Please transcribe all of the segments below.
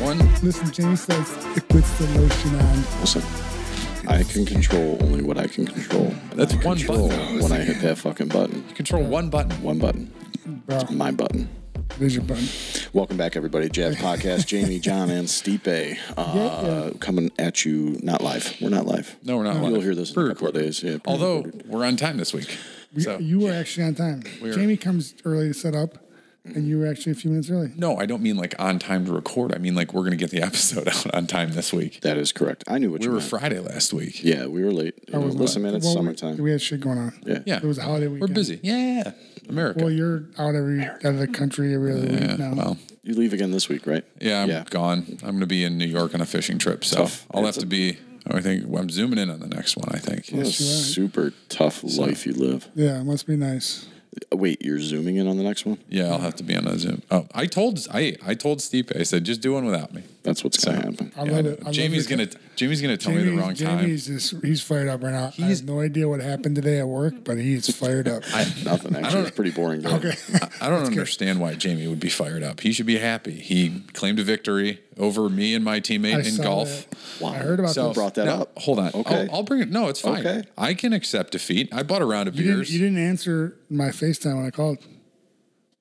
listen, Jamie says it puts the lotion on. Listen, I can control only what I can control. And That's I one control button. When I hit that fucking button, Control one button. one button, Bro, my button. there's your button. Welcome back, everybody. Jazz Podcast. Jamie, John, and Stipe uh, Yeah, coming at you. Not live. We're not live. No, we're not. You'll live. hear this in a couple of Pre-recorded. days. Yeah, Although pre-recorded. we're on time this week, We- so you were actually on time. We're- Jamie comes early to set up, and you were actually a few minutes early. no, I don't mean like on time to record. I mean like we're gonna get the episode out on time this week. that is correct. I knew what We you were meant. Friday last week. yeah, we were late. You I know, wasn't listen, late. man, it's Well, we- summertime. We, had shit going on. yeah. Yeah, It was a holiday We're weekend. busy. Yeah, America. Well, you're out every out of the country every other yeah, week now. well, You leave again this week, right? yeah, I'm yeah. gone. I'm gonna be in New York on a fishing trip, so I'll have to be. I think I'm zooming in on the next one. I think. What a super tough life you live. Yeah, it must be nice. Uh, Wait, you're zooming in on the next one? Yeah, I'll have to be on a Zoom. Oh, I told I I told Steve. I said just do one without me. That's what's going to happen. I Yeah, I love know. it. I love Jamie's it. gonna Jamie's gonna tell me the wrong time. Jamie's just he's fired up right now. I He's- have no idea what happened today at work, but he's fired up. Nothing, actually. It's pretty boring. Though. Okay. I don't understand why Jamie would be fired up. He should be happy. He claimed a victory over me and my teammate I in saw golf. that. I heard about So this. brought that No, up. Hold on. Okay. I'll, I'll bring it. No, it's fine. Okay. I can accept defeat. I bought a round of You didn't, beers. you didn't answer my FaceTime when I called.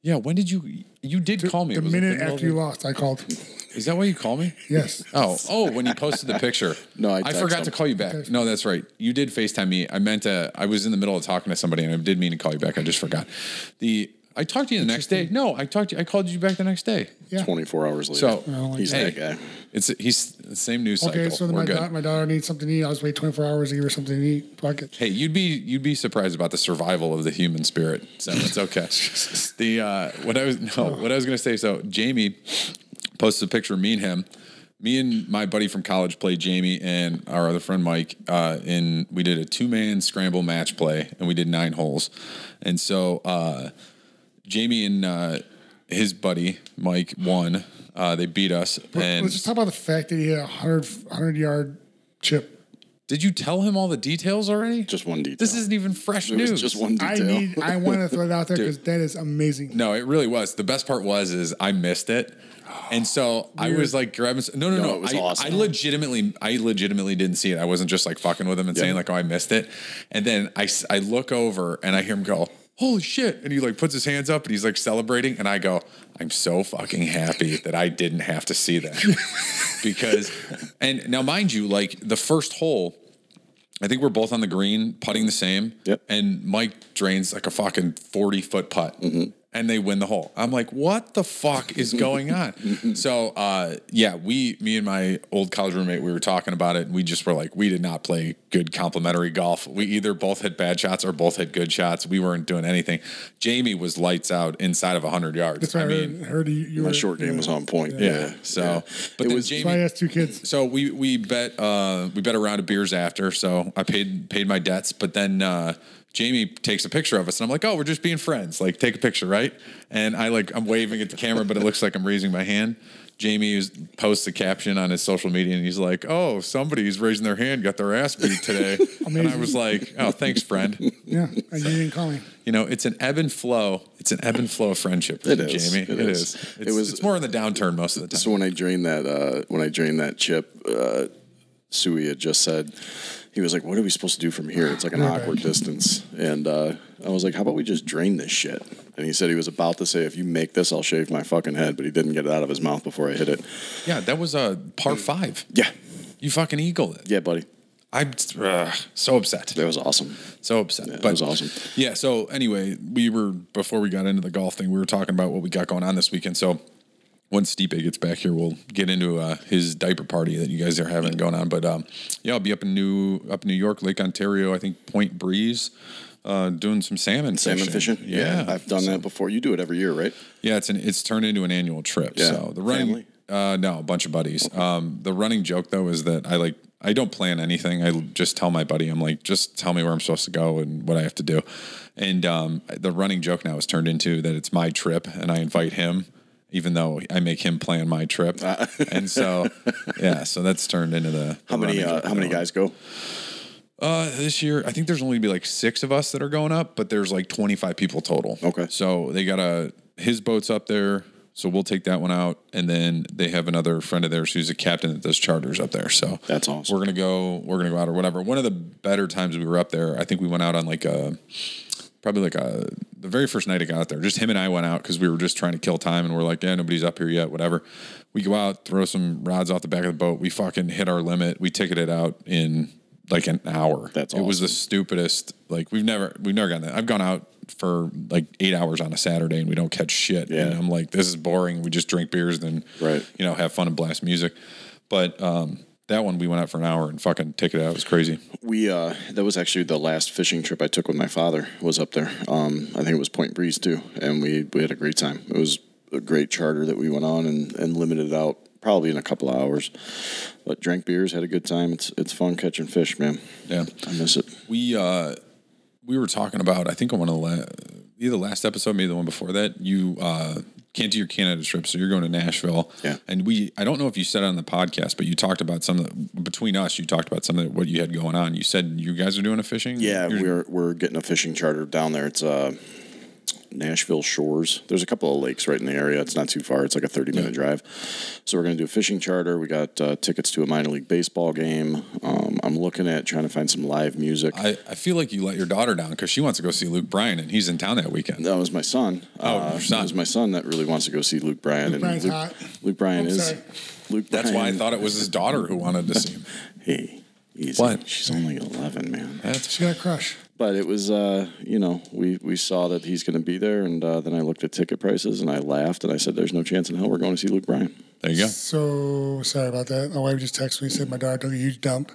yeah. When did you? You did call me. the It was in minute middle of after you lost, I called. the- Is that why you call me? Yes. Oh, oh, when you posted the picture. No, I text forgot him. to call you back. No, that's right. You did FaceTime me. I meant to, I was in the middle of talking to somebody and I did mean to call you back. I just forgot. The I talked to you the next day. No, I talked to you, I called you back the next day. Yeah. 24 hours later. So like he's hey, that guy. It's he's the same news cycle. Okay, so then We're my, good. da- my daughter needs something to eat. I'll just wait 24 hours to give her something to eat. Fuck it. hey, you'd be you'd be surprised about the survival of the human spirit. So it's okay. the uh, what I was no, Oh. what I was gonna say. So Jamie posted a picture of me and him. Me and my buddy from college played Jamie and our other friend Mike. Uh, in we did a two man scramble match play, and we did nine holes. And so uh, Jamie and uh, his buddy Mike won. Uh, they beat us. And Let's just talk about the fact that he had a 100, 100 yard chip. did you tell him all the details already? Just one detail. this isn't even fresh It was news. just one I detail. need. I want to throw it out there because that is amazing. No, it really was. The best part was is I missed it. And so I was like grabbing. s- No, no, no. it was I, awesome. I legitimately, I legitimately didn't see it. I wasn't just like fucking with him and Yeah. saying like, "Oh, I missed it." And then I, s- I look over and I hear him go, "Holy shit!" And he like puts his hands up and he's like celebrating. And I go, "I'm so fucking happy that I didn't have to see that." because, and now mind you, like the first hole, I think we're both on the green putting the same. Yep. And Mike drains like a fucking 40 foot putt Mm-hmm. and they win the hole. I'm like, what the fuck is going on? so, uh, yeah, we, me and my old college roommate, we were talking about it and we just were like, we did not play good complimentary golf. We either both hit bad shots or both hit good shots. We weren't doing anything. Jamie was lights out inside of 100 yards. That's why I, I mean, heard, heard you, you My were- short game yeah. was on point. yeah. So, but It then was- Jamie, That's why I asked two kids. so we we bet uh we bet a round of beers after. So I paid paid my debts, but then uh Jamie takes a picture of us and I'm like, "Oh, we're just being friends. Like take a picture, right?" And I like I'm waving at the camera, but it looks like I'm raising my hand. Jamie is- posts a caption on his social media and he's like, "Oh, somebody's raising their hand, got their ass beat today." and I Amazing. was like, "Oh, thanks, friend." Yeah, and you didn't call me. You know, it's an ebb and flow. It's an ebb and flow of friendship, It is. Jamie. It it is. is. It It's, was- it's more on the downturn most of the time. So when I drained that, uh, when I drained that chip, uh, Sui had just said, he was like, "What are we supposed to do from here? It's like an awkward distance." And uh, I was like, "How about we just drain this shit?" And he said he was about to say, "If you make this, I'll shave my fucking head," but he didn't get it out of his mouth before I hit it. yeah, that was a par five. Yeah, You fucking eagled it. yeah, buddy, I'm uh, so upset. that was awesome. So upset. that was awesome. Yeah. So anyway, we were before we got into the golf thing, we were talking about what we got going on this weekend. So once Stipe gets back here, we'll get into uh, his diaper party that you guys are having going on. But um, yeah, I'll be up in New up in New York, Lake Ontario. I think Point Breeze. Uh, doing some salmon Salmon fishing. fishing, yeah, I've done that before. You do it every year, right? Yeah, it's an it's turned into an annual trip. Yeah. So the running Family? uh no, a bunch of buddies. Um the running joke though is that I like I don't plan anything. I just tell my buddy, I'm like, just tell me where I'm supposed to go and what I have to do. And um the running joke now is turned into that it's my trip and I invite him, even though I make him plan my trip. and so yeah, so that's turned into the, How many? Uh, how many guys go? uh, this year, I think there's only gonna be like six of us that are going up, but there's like 25 people total. Okay. So they got a his boat's up there. So we'll take that one out, and then they have another friend of theirs who's a captain that does charters up there. So That's awesome. We're gonna go. We're gonna go out or whatever. One of the better times we were up there, I think we went out on like a probably like a the very first night I got out there. Just him and I went out because we were just trying to kill time, and we're like, yeah, nobody's up here yet, whatever. We go out, throw some rods off the back of the boat. We fucking hit our limit. We ticketed out in like an hour. That's it was awesome. the stupidest. Like we've never we've never gotten that. I've gone out for like eight hours on a Saturday and we don't catch shit. Yeah. And I'm like, this is boring. We just drink beers and Right. you know have fun and blast music. But um, that one we went out for an hour and fucking took it out. It was crazy. We uh, that was actually the last fishing trip I took with my father. Was up there. Um, I think it was Point Breeze too, and we we had a great time. It was a great charter that we went on and and limited out probably in a couple of hours. But drank beers, had a good time. It's it's fun catching fish, man. Yeah. I miss it. We uh, we were talking about I think on one of the la- either the last episode, maybe the one before that. You uh, can't do your Canada trip, so you're going to Nashville. Yeah. and we I don't know if you said it on the podcast, but you talked about some of the, between us. You talked about some of the, what you had going on. You said you guys are doing a fishing. Yeah, You're- we're we're getting a fishing charter down there. It's uh, Nashville Shores. There's a couple of lakes right in the area. It's not too far. It's like a 30 minute drive. So we're gonna do a fishing charter. We got uh, tickets to a minor league baseball game. Um, I'm looking at trying to find some live music. I, I feel like you let your daughter down because she wants to go see Luke Bryan and he's in town that weekend. that was my son. Oh, your son. It was my son that really wants to go see Luke Bryan. Luke Bryan's Luke, hot. Luke Bryan I'm is. sorry. Luke That's why I Bryan- thought it was his daughter who wanted to see him. Hey, easy. What? She's only 11, man. That's She got a crush. but it was uh, you know we we saw that he's going to be there, and uh, then I looked at ticket prices and I laughed and I said, "There's no chance in hell we're going to see Luke Bryan." there you go. So sorry about that. My wife just texted me said my daughter took a huge dump,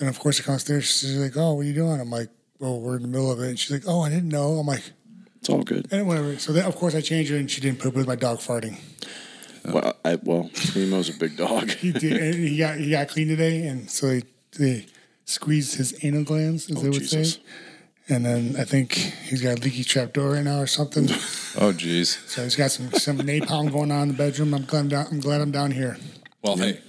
and of course she comes downstairs. She's like, "Oh, what are you doing?" I'm like, "Well, we're in the middle of it." And she's like, "Oh, I didn't know." I'm like, It's all good. "And whatever." So then, of course, I changed her, and she didn't poop. It was my dog farting. Well, I, well, Primo's a big dog. He did. and he got he got clean today, and so they, they squeezed his anal glands, Oh, as they would Jesus. say. And then I think he's got a leaky trap door right now or something. Oh, geez. so he's got some some napalm going on in the bedroom. I'm glad I'm down, I'm glad I'm down here. Well, hey,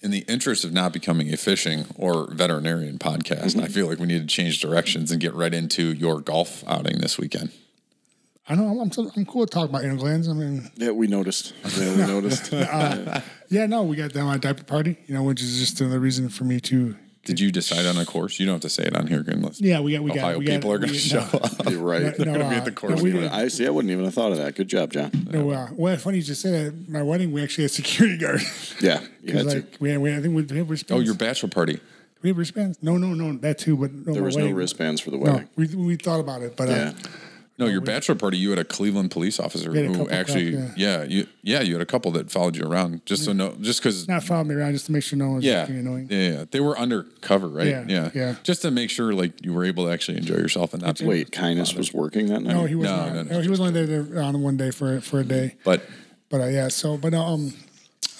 in the interest of not becoming a fishing or veterinarian podcast, Mm-hmm. I feel like we need to change directions and get right into your golf outing this weekend. I know I'm I'm, I'm cool with talking about anal glands. I mean. Yeah, we noticed. Yeah, we noticed. Yeah, no, we got them on a diaper party, you know, which is just another reason for me to. Did you decide on a course? You don't have to say it on here, unless Yeah, we got we got Ohio we got, Oh, people are going to we- show no, up. You're right. No, gonna be at uh, the course no, we meeting. didn't- I see. I wouldn't even have thought of that. Good job, John. no, uh, well, funny you just say that. At My wedding, we actually had security guard. Yeah, you had to. like we, had, we had- I think we, we have wristbands. Oh, your bachelor party. we have wristbands. No, no, no, that too. But no, There my was no wedding- wristbands for the No, wedding. we we thought about it, but Yeah, uh, No, your bachelor party. You had a Cleveland police officer had a who couple actually, crack, yeah. you, yeah, you had a couple that followed you around just so no, just because not followed me around just to make sure no one was Yeah. being annoying. Yeah, yeah. They were undercover, right? Yeah, yeah. Just to make sure like you were able to actually enjoy yourself and not Wait, kindness was working that night. No, he was No, not. no, No, no, he was only there, there on one day for for a day. But But uh, yeah, so but um,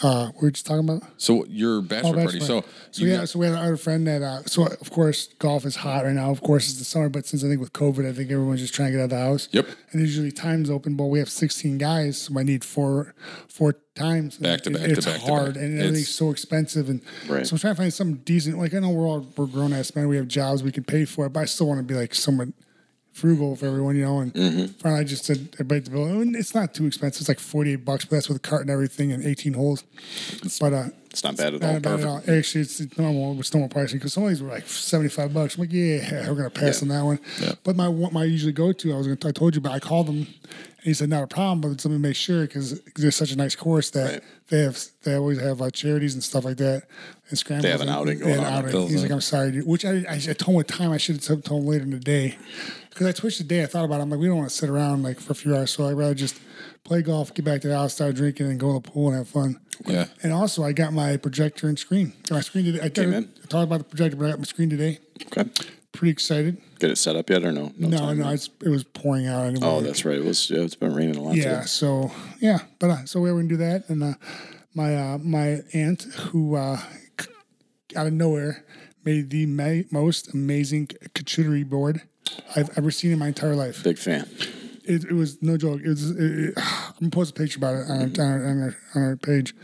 uh, we were just talking about. so your bachelor Oh, party. So, bachelor party. you yeah, got- so we had our friend that. Uh, so of course, golf is hot right now. Of course, it's the summer, but since I think with COVID, I think everyone's just trying to get out of the house. Yep. And usually times open, but we have 16 guys, so I need four four times. Back to It- back to It's back to hard, back. and It's- everything's so expensive, and Right. so I'm trying to find something decent. Like I know we're all we're grown ass men, we have jobs, we can pay for it, but I still want to be like somewhat frugal for everyone, you know. And Mm-hmm. finally, I just said everybody at the bill, and it's not too expensive. It's like 48 bucks, but that's with a cart and everything, and 18 holes. But uh, it's not bad at not all. about it at all. Actually, it's it's normal. It's normal pricing because some of these were like seventy five bucks. I'm like, yeah, we're gonna pass on that one. But my one- my usually go to, I was gonna, I told you about. I called them, and he said not a problem, but let me make sure because there's such a nice course that Right. they have. They always have uh, charities and stuff like that. And scrambles. They have an and- outing they had going on. an Fills outing. He's in. like, I'm sorry, dude. Which I, I, I told him what time I should have told him later in the day because I twitched the day. I thought about. it. I'm like, we don't want to sit around like for a few hours, so I'd rather just play golf, get back to the house, start drinking, and go to the pool and have fun. yeah. And also, I got my projector and screen. Got My screen today. I, got, man. I talked about the projector, but I got my screen today. Okay. Pretty excited. Get it set up yet or no? No, time no, yet. it's, it was pouring out. Anyway. Oh, that's right. It was. Yeah, it's been raining a lot. yeah. today. So yeah, but uh, so we were gonna do that, and uh, my uh, my aunt who uh, c- out of nowhere made the ma- most amazing charcuterie board I've ever seen in my entire life. Big fan. it, it was no joke. It was. It, it, I'm gonna post a picture about it on our, on, our, on, our, on our page.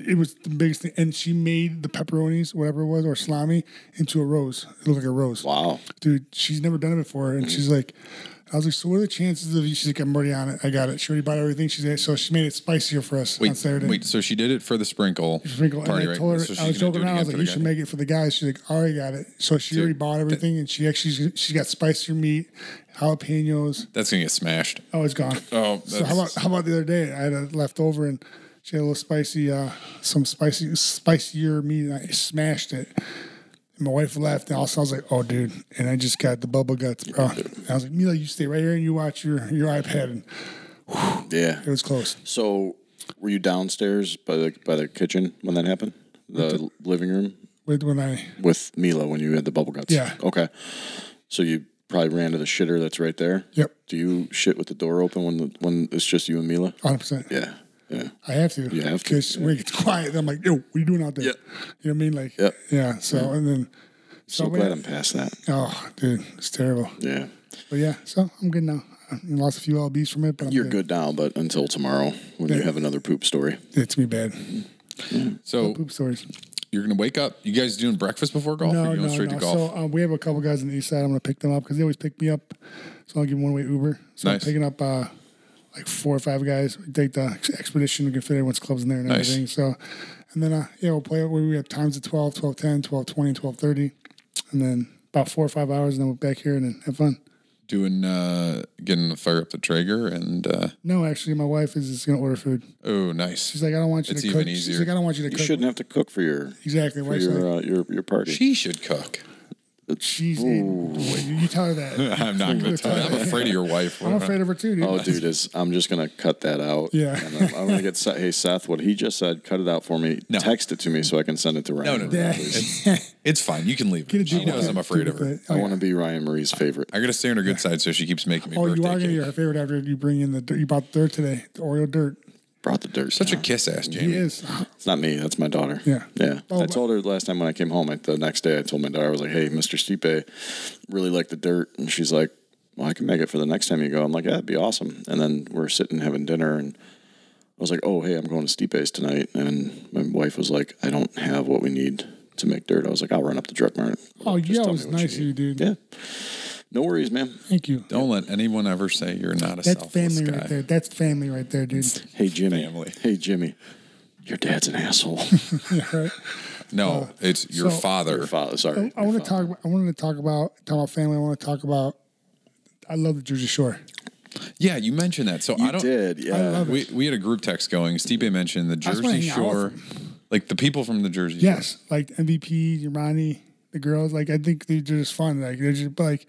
It was the biggest thing, and she made the pepperonis, whatever it was, or salami, into a rose. It looked like a rose Wow. dude, she's never done it before. And she's like, I was like, so what are the chances of you? She's like, I'm already on it. I got it. She already bought everything. She's like, so she made it spicier for us on Wait, Saturday. wait, so she did it for the sprinkle, Sprinkle. And party, I right? told her, so she's I gonna was do joking it around. I was like, again for you the should guy. make it for the guys. She's like, I already got it. So she already bought everything, and she actually she got spicier meat, jalapenos. That's gonna get smashed. Oh, it's gone. Oh, so how about that's- how about the other day? I had a leftover and she had a little spicy, uh, some spicy, spicier meat, and I smashed it. And my wife left, and also I was like, "Oh, dude!" And I just got the bubble guts, bro. And I was like, "Mila, you stay right here and you watch your your iPad." And Yeah. it was close. So, were you downstairs by the by the kitchen when that happened? The living room But when I with Mila when you had the bubble guts. Yeah. Okay. So you probably ran to the shitter that's right there. Yep. Do you shit with the door open when the, when it's just you and Mila? 100. percent Yeah. Yeah. I have to. You have to, Because when it gets quiet, I'm like, yo, what are you doing out there? Yeah. You know what I mean? Like, Yeah. yeah. So, and then, so, So we- glad I'm past that. oh, dude, it's terrible. Yeah. But yeah, so I'm good now. I lost a few LBs from it, but I'm You're good now, but until tomorrow when you Yeah. have another poop story. It's me bad. So Poop stories. you're gonna wake up. You guys doing breakfast before golf? or No, you going no, straight no. to golf? So um, we have a couple guys on the east side. I'm gonna pick them up because they always pick me up. So I'll give them one way Uber. So Nice. I'm picking up uh, like four or five guys. We take the ex- expedition. We can fit everyone's clubs in there and Nice. everything. So, and then uh, yeah, we'll play it where we have times at 12, 12, 10, 12, 20, 12, 30. and then about four or five hours, and then we're back here and then have fun. doing uh, getting to fire up the Traeger and uh, No, actually, my wife is just gonna order food. oh, nice. She's like, I don't want you It's to even cook. easier. She's like, I don't want you to You cook. shouldn't have to cook for your Exactly. for Wife's like, your uh, your your party. She should cook. uh, she's eating. You you tell her that. I'm not gonna tell you. I'm afraid of your wife. I'm afraid of her too, dude. Oh, dude, is I'm just gonna cut that out. Yeah. and I'm, I'm gonna get Seth, hey Seth, what he just said, cut it out for me. No. Text it to me so I can send it to Ryan. No, no, no. Yeah. It's, it's fine. You can leave. Get a It. She deep knows one. I'm afraid of Deep her. with I it. want to be Ryan Marie's favorite. I gotta stay on her good side, so she keeps making me Oh, you are birthday gonna be cake. her favorite after you bring in the dirt. You bought dirt today, the Oreo dirt. Brought the dirt. Such a down. kiss ass, Jamie. He is. It's not me. That's my daughter. Yeah. Yeah. Oh, I but- told her last time when I came home. I, the next day, I told my daughter, I was like, "Hey, Mr. Stipe, really like the dirt," and she's like, "Well, I can make it for the next time you go." I'm like, "Yeah, that'd be awesome." And then we're sitting having dinner, and I was like, "Oh, hey, I'm going to Stipe's tonight," and my wife was like, "I don't have what we need." To make dirt, I was like, I'll run up to Drug Mart. Oh, Just yeah, it tell me was what nice of you, dude. Yeah, no worries, man. Thank you. Don't let anyone ever say you're not a That's selfless family guy. right there. That's family right there, dude. Hey Jimmy. Family. Hey Jimmy. Your dad's an asshole. Yeah, right. No, it's your Oh, so- father. Your father. Oh, I, Sorry. want to talk. About, I wanted to talk about talk about family. I want to talk about. I love the Jersey Shore. Yeah, you mentioned that. So I You don't. did. Yeah. love it. We we had a group text going. Stipe mentioned the just wanna Jersey hang out Shore, with like the people from the Jersey. Shore. Yes, like MVP, Imani, the girls. Like I think they're just fun. Like they're just like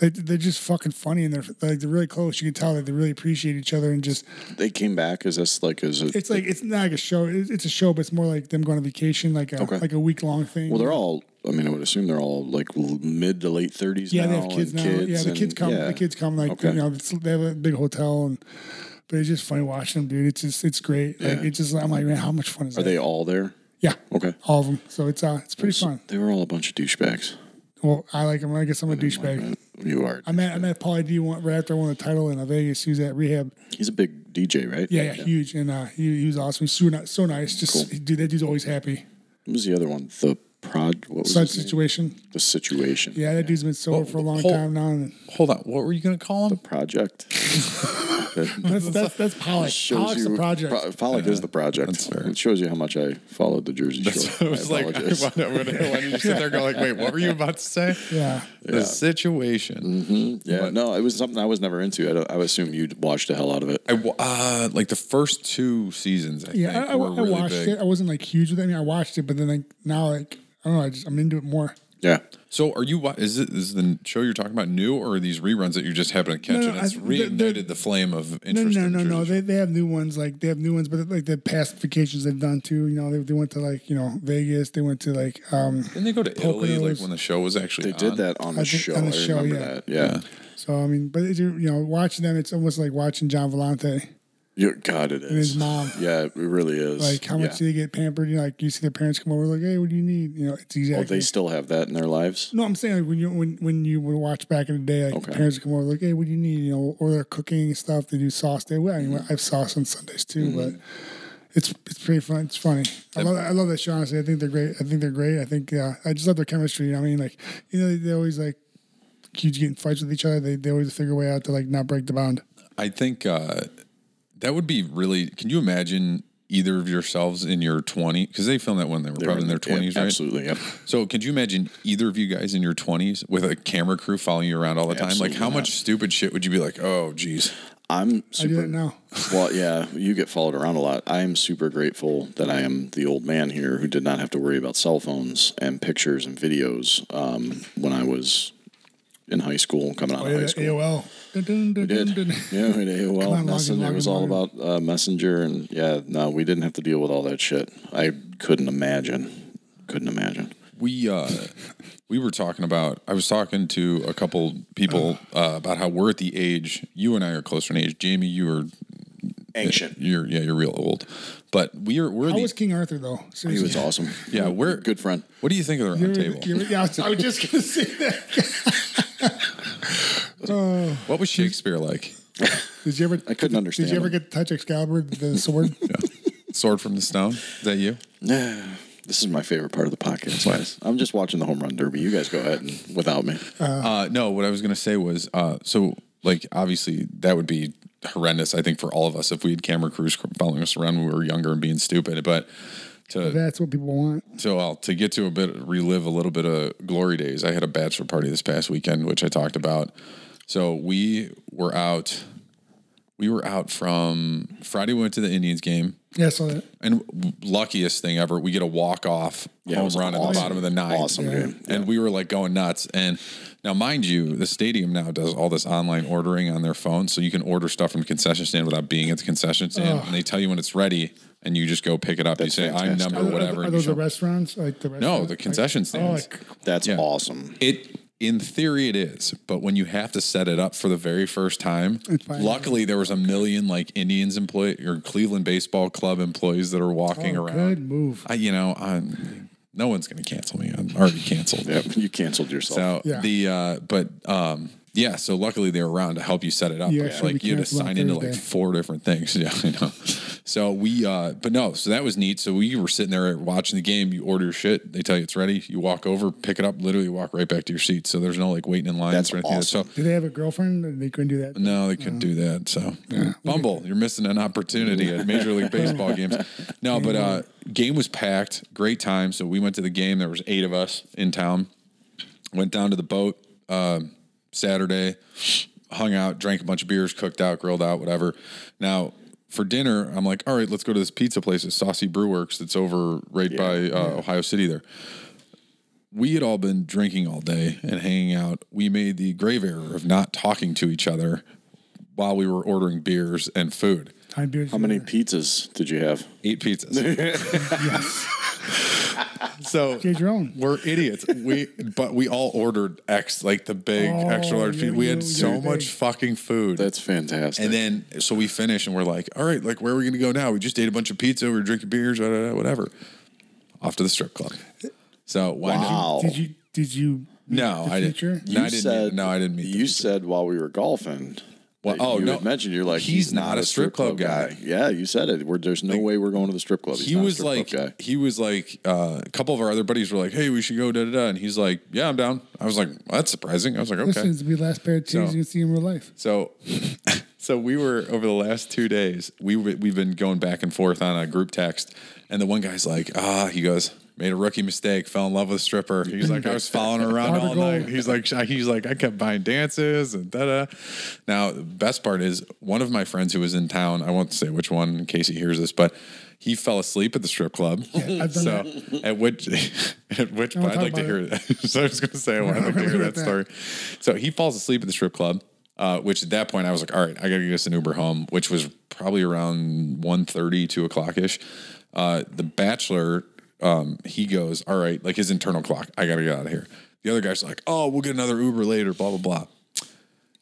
like, they're just fucking funny and they're like they're really close. You can tell that they really appreciate each other and just They came back. Is this like is it? it's like it's not like a show. It's it's a show, but it's more like them going on vacation, like a Okay. like a week long thing. well, they're all. I mean, I would assume they're all like l- mid to late thirties. Yeah, now, they have kids now. and yeah, the and- kids come. yeah. The kids come. Like Okay. you know, it's, they have a big hotel, and but it's just funny watching them, dude. It's just it's great. Like Yeah. it's just I'm like, man, how much fun is Are that? they all there? yeah, Okay. all of them. So it's uh, it's pretty fun. They were all a bunch of douchebags. Well, I like them. I guess I'm a douchebag. You are. I met I met Paulie D one, right after I won the title in uh, Vegas. He was at rehab. He's a big DJ, right? Yeah, yeah, huge, and uh, he, he was awesome. He's so, ni- so nice. Just dude, that dude's always happy. What was the other one? The prod. What was Such his name? situation. The situation. Yeah, that dude's been sober for a long whole- time now. And Hold on. What were you gonna call him? Project. That that's that's that's Pollock. Pollock's the project. Pro- Pollock is the project. that's fair. It shows you how much I followed the Jersey Shore. I was I like, why, apologize. why, did you sit there and go like, wait, what were you about to say? yeah. The Mm. situation. yeah, no, it was something I was never into. I, don't, I would assume you watched the hell out of it. I wa- uh, like the first two seasons. I Yeah, think, I, I, were I really watched big. it. I wasn't like huge with it. I mean, I watched it, but then like now, like I don't know. I just I'm into it more. Yeah, So are you? wa- Is it is the show you're talking about new, or are these reruns that you just happen to catch? No, no, and it's I- they're- reignited they're- the flame of No, interest. no, in no, no. Jersey They, they have new ones. Like they have new ones, but like the past vacations they've done too. You know, they, they went to like you know Vegas. They went to like um. Didn't they go to Italy like Poconos. when the show was actually they did on? that on the I think show. on the I show, remember yeah. that. Yeah. So I mean, but it, you know, watching them, it's almost like watching John Volante Your God, it and his is. mom. Yeah, it really is. Like how much Yeah. do they get pampered? You know, like you see their parents come over, like, hey, what do you need? You know, it's exactly. Oh, they still have that in their lives. No, I'm saying like when you when when you would watch back in the day, like Okay. parents come over like, hey, what do you need? You know, or they're cooking and stuff. They do sauce. They well, I Mm-hmm. mean, I have sauce on Sundays too, but it's it's pretty fun. It's funny. I love I love that show. Honestly, I think they're great. I think they're great. I think yeah, I just love their chemistry. You know, what I mean, like you know, they always like kids get in fights with each other, they, they always figure a way out to like not break the bond. I think uh, that would be really. Can you imagine either of yourselves in your 20s? Because they filmed that when they were probably in their 20s, yeah, right? Absolutely. Yep. So, could you imagine either of you guys in your 20s with a camera crew following you around all the time? Like, Absolutely how not. much stupid shit would you be like, oh, geez. I'm I do super. it now. Well, yeah, you get followed around a lot. I am super grateful that I am the old man here who did not have to worry about cell phones and pictures and videos um, when I was in high school, coming out Oh, of yeah, high the school. AOL. Dun, dun, dun, We did. dun, dun. Yeah, we did Come AOL. on, log in, Messenger. log it in, was all log about uh, Messenger, and yeah, no, we didn't have to deal with all that shit. I couldn't imagine. Couldn't imagine. we uh we were talking about i was talking to a couple people uh, about how we're at the age you and i are closer in age jamie you are Ancient. you're yeah you're real old but we're we're How the, was King Arthur though? He was Seriously. awesome. yeah we're Good friend. what do you think of the round You were- table you were- yeah, I was- I was just gonna say that. what was shakespeare like Did you ever? I couldn't understand. Did you ever him. get to touch Excalibur, the sword? sword from the stone is that you Yeah. This is my favorite part of the podcast, guys. I'm just watching the home run derby. You guys go ahead and without me. Uh, no, what I was gonna say was, uh, so like obviously that would be horrendous. I think for all of us if we had camera crews following us around when we were younger and being stupid. But to That's what people want. to well, to get to a bit relive a little bit of glory days. I had a bachelor party this past weekend, which I talked about. So we were out. We were out from Friday. We went to the Indians game. Yeah, so uh, that. And luckiest thing ever, we get a walk off Yeah, it home was run at the awesome. bottom of the ninth. Awesome game. And we were like going nuts. And now, mind you, the stadium now does all this online ordering on their phone, so you can order stuff from the concession stand without being at the concession stand. And they tell you when it's ready, and you just go pick it up. you say, fantastic. "I'm Are, number whatever." are, and you those the show- restaurants? Like the no, restaurant? the concession Like, oh, stands. like, That's Yeah. awesome. It in theory it is, but when you have to set it up for the very first time, fine. luckily there was a million like Indians employee or Cleveland baseball club employees that are walking oh, around. good move. I, you know, I'm, no one's going to cancel me. I'm already canceled. Yep. You canceled yourself. So Yeah. the, uh, but, um, yeah, so luckily they were around to help you set it up. You But, actually like you had to canceled on sign into like Thursday. four different things. Yeah, I know. So we, uh, but no, so that was neat. So we were sitting there watching the game. You order your shit, they tell you it's ready. You walk over, pick it up, literally walk right back to your seat. So there's no like waiting in lines That's or anything. awesome. So Did they have a girlfriend? And They couldn't do that. no, they couldn't do that. So Bumble, you're missing an opportunity at Major League Baseball games. No, but uh game was packed. Great time. So we went to the game. There was eight of us in town. Went down to the boat um, Saturday, hung out, drank a bunch of beers, cooked out, grilled out, whatever. Now for dinner, I'm like, all right, let's go to this pizza place at Saucy Brew Works that's over right by uh, Ohio City there we had all been drinking all day and hanging out. We made the grave error of not talking to each other while we were ordering beers and food. Time beers. How many pizzas did you have? Eight pizzas. so Get your own. we're idiots. We but we all ordered X like the big Oh, extra large. yeah, pizza. we had yeah, so yeah. much fucking food. That's fantastic. and then so we finish and we're like, all right, like where are we gonna go now? We just ate a bunch of pizza, we were drinking beers, da, da, da, whatever. Off to the strip club. So why not? wow. Did you? Did you? No, the I future? didn't. No, I didn't. meet, no, I didn't meet. the You said while we were golfing. Well, that oh, you no. had mentioned you're like He's not a strip club guy. Yeah, you said it. We're, there's no way we're going to the strip club. He's he not a was strip club like guy. he was like uh, a couple of our other buddies were like, "Hey, we should go da da da," and he's like, "Yeah, I'm down." I was like, well, "That's surprising." I was like, "Okay." This is the last pair of tees So- you can see in real life. So, so we were over the last two days. We w- we've been going back and forth on a group text, and the one guy's like, "Ah," he goes, "Made a rookie mistake. Fell in love with a stripper." He's like, "I was following her around Harder all goal. night." He's like, "He's like, I kept buying dances and da da." Now, the best part is one of my friends who was in town. I won't say which one in case he hears this, but. He fell asleep at the strip club. I've done so at which at which I wanna point I'd like talk to about hear it. so I was going to say, I wanted to hear Look that at that. story. So he falls asleep at the strip club, uh, which at that point I was like, all right, I got to get us an Uber home, which was probably around 1.30, 2 o'clock ish. Uh, the bachelor, um, he goes, all right, like his internal clock, I got to get out of here. The other guy's like, oh, we'll get another Uber later, blah, blah, blah.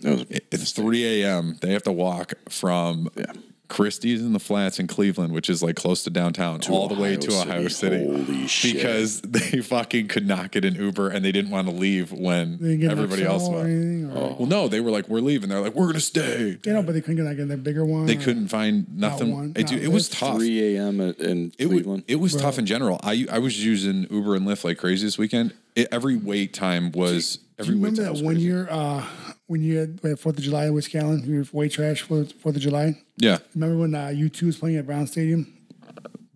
That was- It's 3 a.m. They have to walk from Yeah. Christie's in the Flats in Cleveland, which is like close to downtown, all the way Ohio to Ohio City. City. Holy shit. Because they fucking could not get an Uber and they didn't want to leave when They didn't get an everybody XL else or was. anything. Oh. Or, Well, no, they were like, we're leaving. They're like, we're going to stay. You know, but they couldn't get like the bigger one. They couldn't find nothing. one, it, dude, not it was Lyft. tough. 3 a.m. at- in It was, Cleveland. it was tough in general. I I was using Uber and Lyft like crazy this weekend. It, every wait time was Do you weight remember time that was one crazy. year uh, when you had we had Fourth of July in Wisconsin? We were way trash for Fourth of July. Yeah. Remember when uh, U two was playing at Brown Stadium?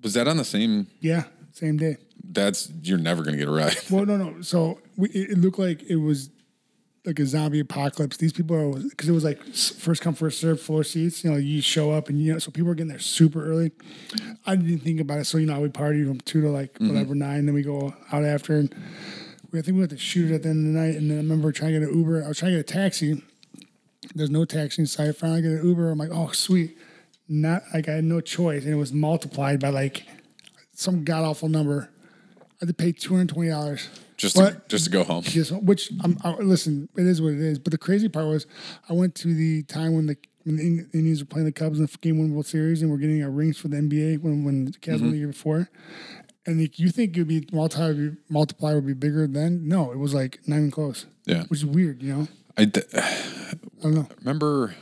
Was that on the same? Yeah, same day. That's you're never gonna get it right. Well, no, no. So we, it, it looked like it was like a zombie apocalypse. These people are because it was like s- first come first serve floor seats. You know, you show up and you know, so people are getting there super early. I didn't think about it. So you know, we party from two to like whatever nine, then we go out after. And we, I think we went to shoot it at the end of the night. And then I remember trying to get an Uber. I was trying to get a taxi. There's no taxi in sight. I finally get an Uber. I'm like, oh sweet. Not like I had no choice, and it was multiplied by like some god awful number. I had to pay two hundred twenty dollars. Just to, just to go home. Just which I'm I, listen. It is what it is. But the crazy part was, I went to the time when the when the Ind- Indians were playing the Cubs in the Game One World Series, and we're getting our rings for the NBA when when the Cavs Mm-hmm. won the year before. And like, you think it would be multi multiplier would be bigger then? No, it was like not even close. Yeah. which is weird. You know, I d- I don't know. remember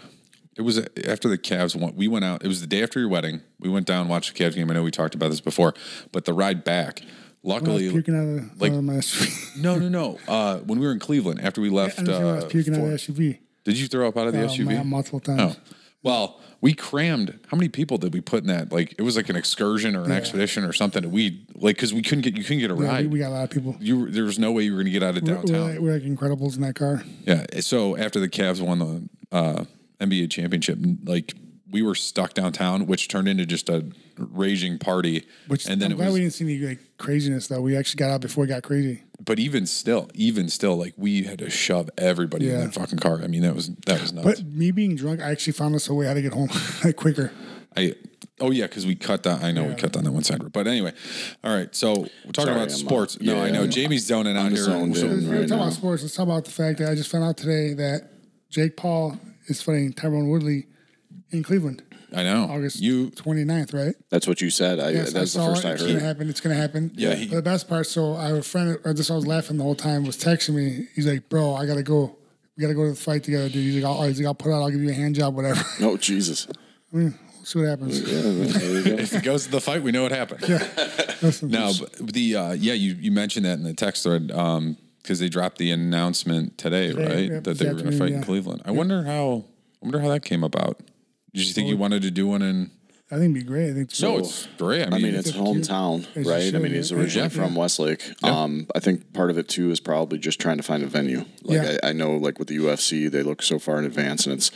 it was after the Cavs won. We went out. It was the day after your wedding. We went down watched the Cavs game. I know we talked about this before, but the ride back. I was Luckily, puking out of, the like- out of my SUV. no, no, no. Uh, when we were in Cleveland after we left, I, don't know, I was uh, puking out for- of the SUV. did you throw up out of the Uh, SUV? my- multiple Oh, times. well, we crammed. How many people did we put in that? Like it was like an excursion or an expedition or something. We like because we couldn't get you couldn't get a Yeah, ride. we, we got a lot of people. you were- there was no way you were going to get out of We're, downtown. we're, like, we're like Incredibles in that car. Yeah. So after the Cavs won the uh, NBA championship, like we were stuck downtown, which turned into just a raging party. Which and then I'm it glad was, we didn't see any like craziness though. We actually got out before it got crazy. but even still, even still, like we had to shove everybody in Yeah. that fucking car. I mean, that was that was nuts. But me being drunk, I actually found us a way how to get home like quicker. I. Oh yeah, because we cut that. I know we cut down that one side road. But anyway, all right. So we're talking Sorry, about I'm, uh, sports. no, yeah, I know I'm- Jamie's zoning out I'm here. zoned So- in. If we right were talking now. about sports, let's talk about the fact that I just found out today that Jake Paul is fighting Tyrone Woodley in Cleveland, I know. August you 29th, right? That's what you said. I, Yes, that's the saw first it. I It's gonna heard. happen. It's gonna happen. Yeah, he- But the best part, so I have a friend, or this I was laughing the whole time, was texting me. He's like, "Bro, I gotta go. We gotta go to the fight together, dude." He's like, "I'll, he's like, I'll put out. I'll give you a hand job, whatever. Oh Jesus! We'll see what happens." Yeah, there you go. if he goes to the fight, we know what happened. Listen, No, but the uh, yeah, you you mentioned that in the text thread because they dropped the announcement today, Today, right? yep, that they this were going to afternoon, fight in yeah. Cleveland. I wonder how I wonder how that came about. Did you think you wanted to do one in? I think it'd be great. I think it's No, it's great. I mean, I mean, it's a cute- hometown, Oh. it's a right? I show, mean, he's yeah. originally Yeah. from Westlake. Um, I think part of it too is probably just trying to find a venue. Like Yeah. I, I know, like with the UFC, they look so far in advance, and it's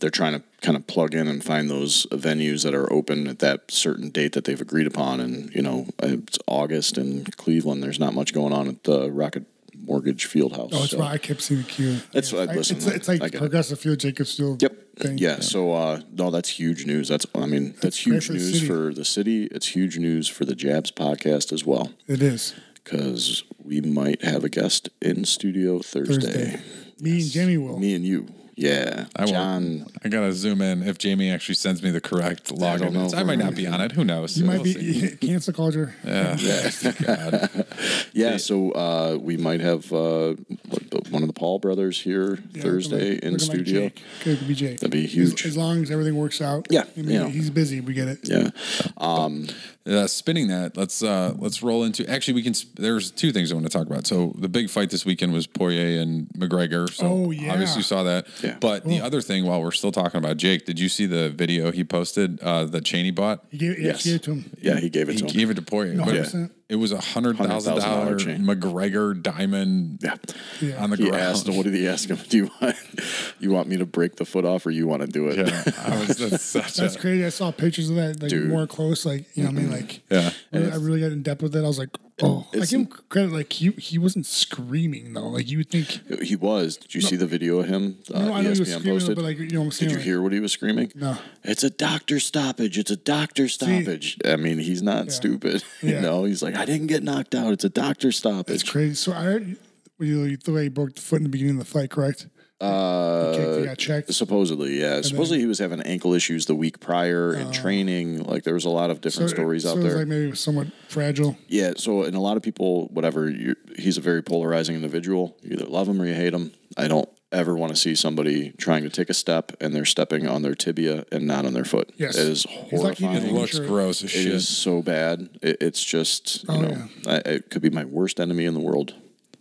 they're trying to kind of plug in and find those uh, venues that are open at that certain date that they've agreed upon. And you know, uh, it's August in Cleveland. There's not much going on at the Rocket Mortgage Fieldhouse. Oh, it's so- why I kept seeing the queue. That's what I- I- listen, It's, it's like I get it. Progressive Field, Jacobs Field. Yep. Thing. Yeah. So uh, no, that's huge news. That's I mean, that's, great huge for the news city. for the city. It's huge news for the Jabs podcast as well. It is because we might have a guest in studio Thursday. Oh. Thursday. Me and Jamie will. Me and you. Yeah. I won't. John. I gotta zoom in if Jamie actually sends me the correct don't login. know It's- I if might we're- not be on it. Who knows? you might We'll see. be cancel culture. Yeah. So uh, we might have uh, what, the- one of the Paul brothers here Yeah, Thursday looking in like studio. Jake. Could be Jake. That'd be As- huge. As, long as everything works out. Yeah, I mean, yeah. He's busy. We get it. Yeah. uh, spinning that, let's uh, let's roll into. Actually, we can. sp- There's two things I want to talk about. So the big fight this weekend was Poirier and McGregor. So Oh, yeah. obviously you saw that. Yeah. But the other thing, while we're still talking about Jake, did you see the video he posted uh, that Cheney bought? He gave, yes. Yes. gave it to him. Yeah. He gave it He to him. gave it to Poirier. but 100%. It was a hundred thousand dollar $100,000 chain. McGregor diamond yeah. Yeah. on the He ground. asked him, "What did he ask him? Do you want you want me to break the foot off, or you want to do it?" yeah, I was that's such That's a, crazy. I saw pictures of that, like Dude. more close. Like you know, what I mean, like Yeah. I really got in depth with it. I was like, oh, I It's- give him credit. Like he he wasn't screaming though. Like you would think. He was. Did you see the video of him? Uh, no, I know he was screaming, but like you know, what I'm saying. Did you like, hear what he was screaming? No. It's a doctor stoppage. It's a doctor stoppage. I mean, he's not stupid. You Yeah. know, he's like, I didn't get knocked out. It's a doctor It's stoppage. crazy. So I heard you, the way he broke the foot in the beginning of the fight, correct? Uh, he, kicked, he got checked. Supposedly, yeah. Supposedly, he was having ankle issues the week prior in training. Like, there was a lot of different stories Oh. so out it was there. like maybe it was somewhat fragile. yeah. So, and a lot of people, whatever, you he's a very polarizing individual. You either love him or you hate him. I don't ever want to see somebody trying to take a step and they're stepping on their tibia and not on their foot. Yes. It is He's horrifying. lucky he didn't it looks Sure. gross as It is shit. so bad. It, it's just you Oh, know, I, it could be my worst enemy in the world.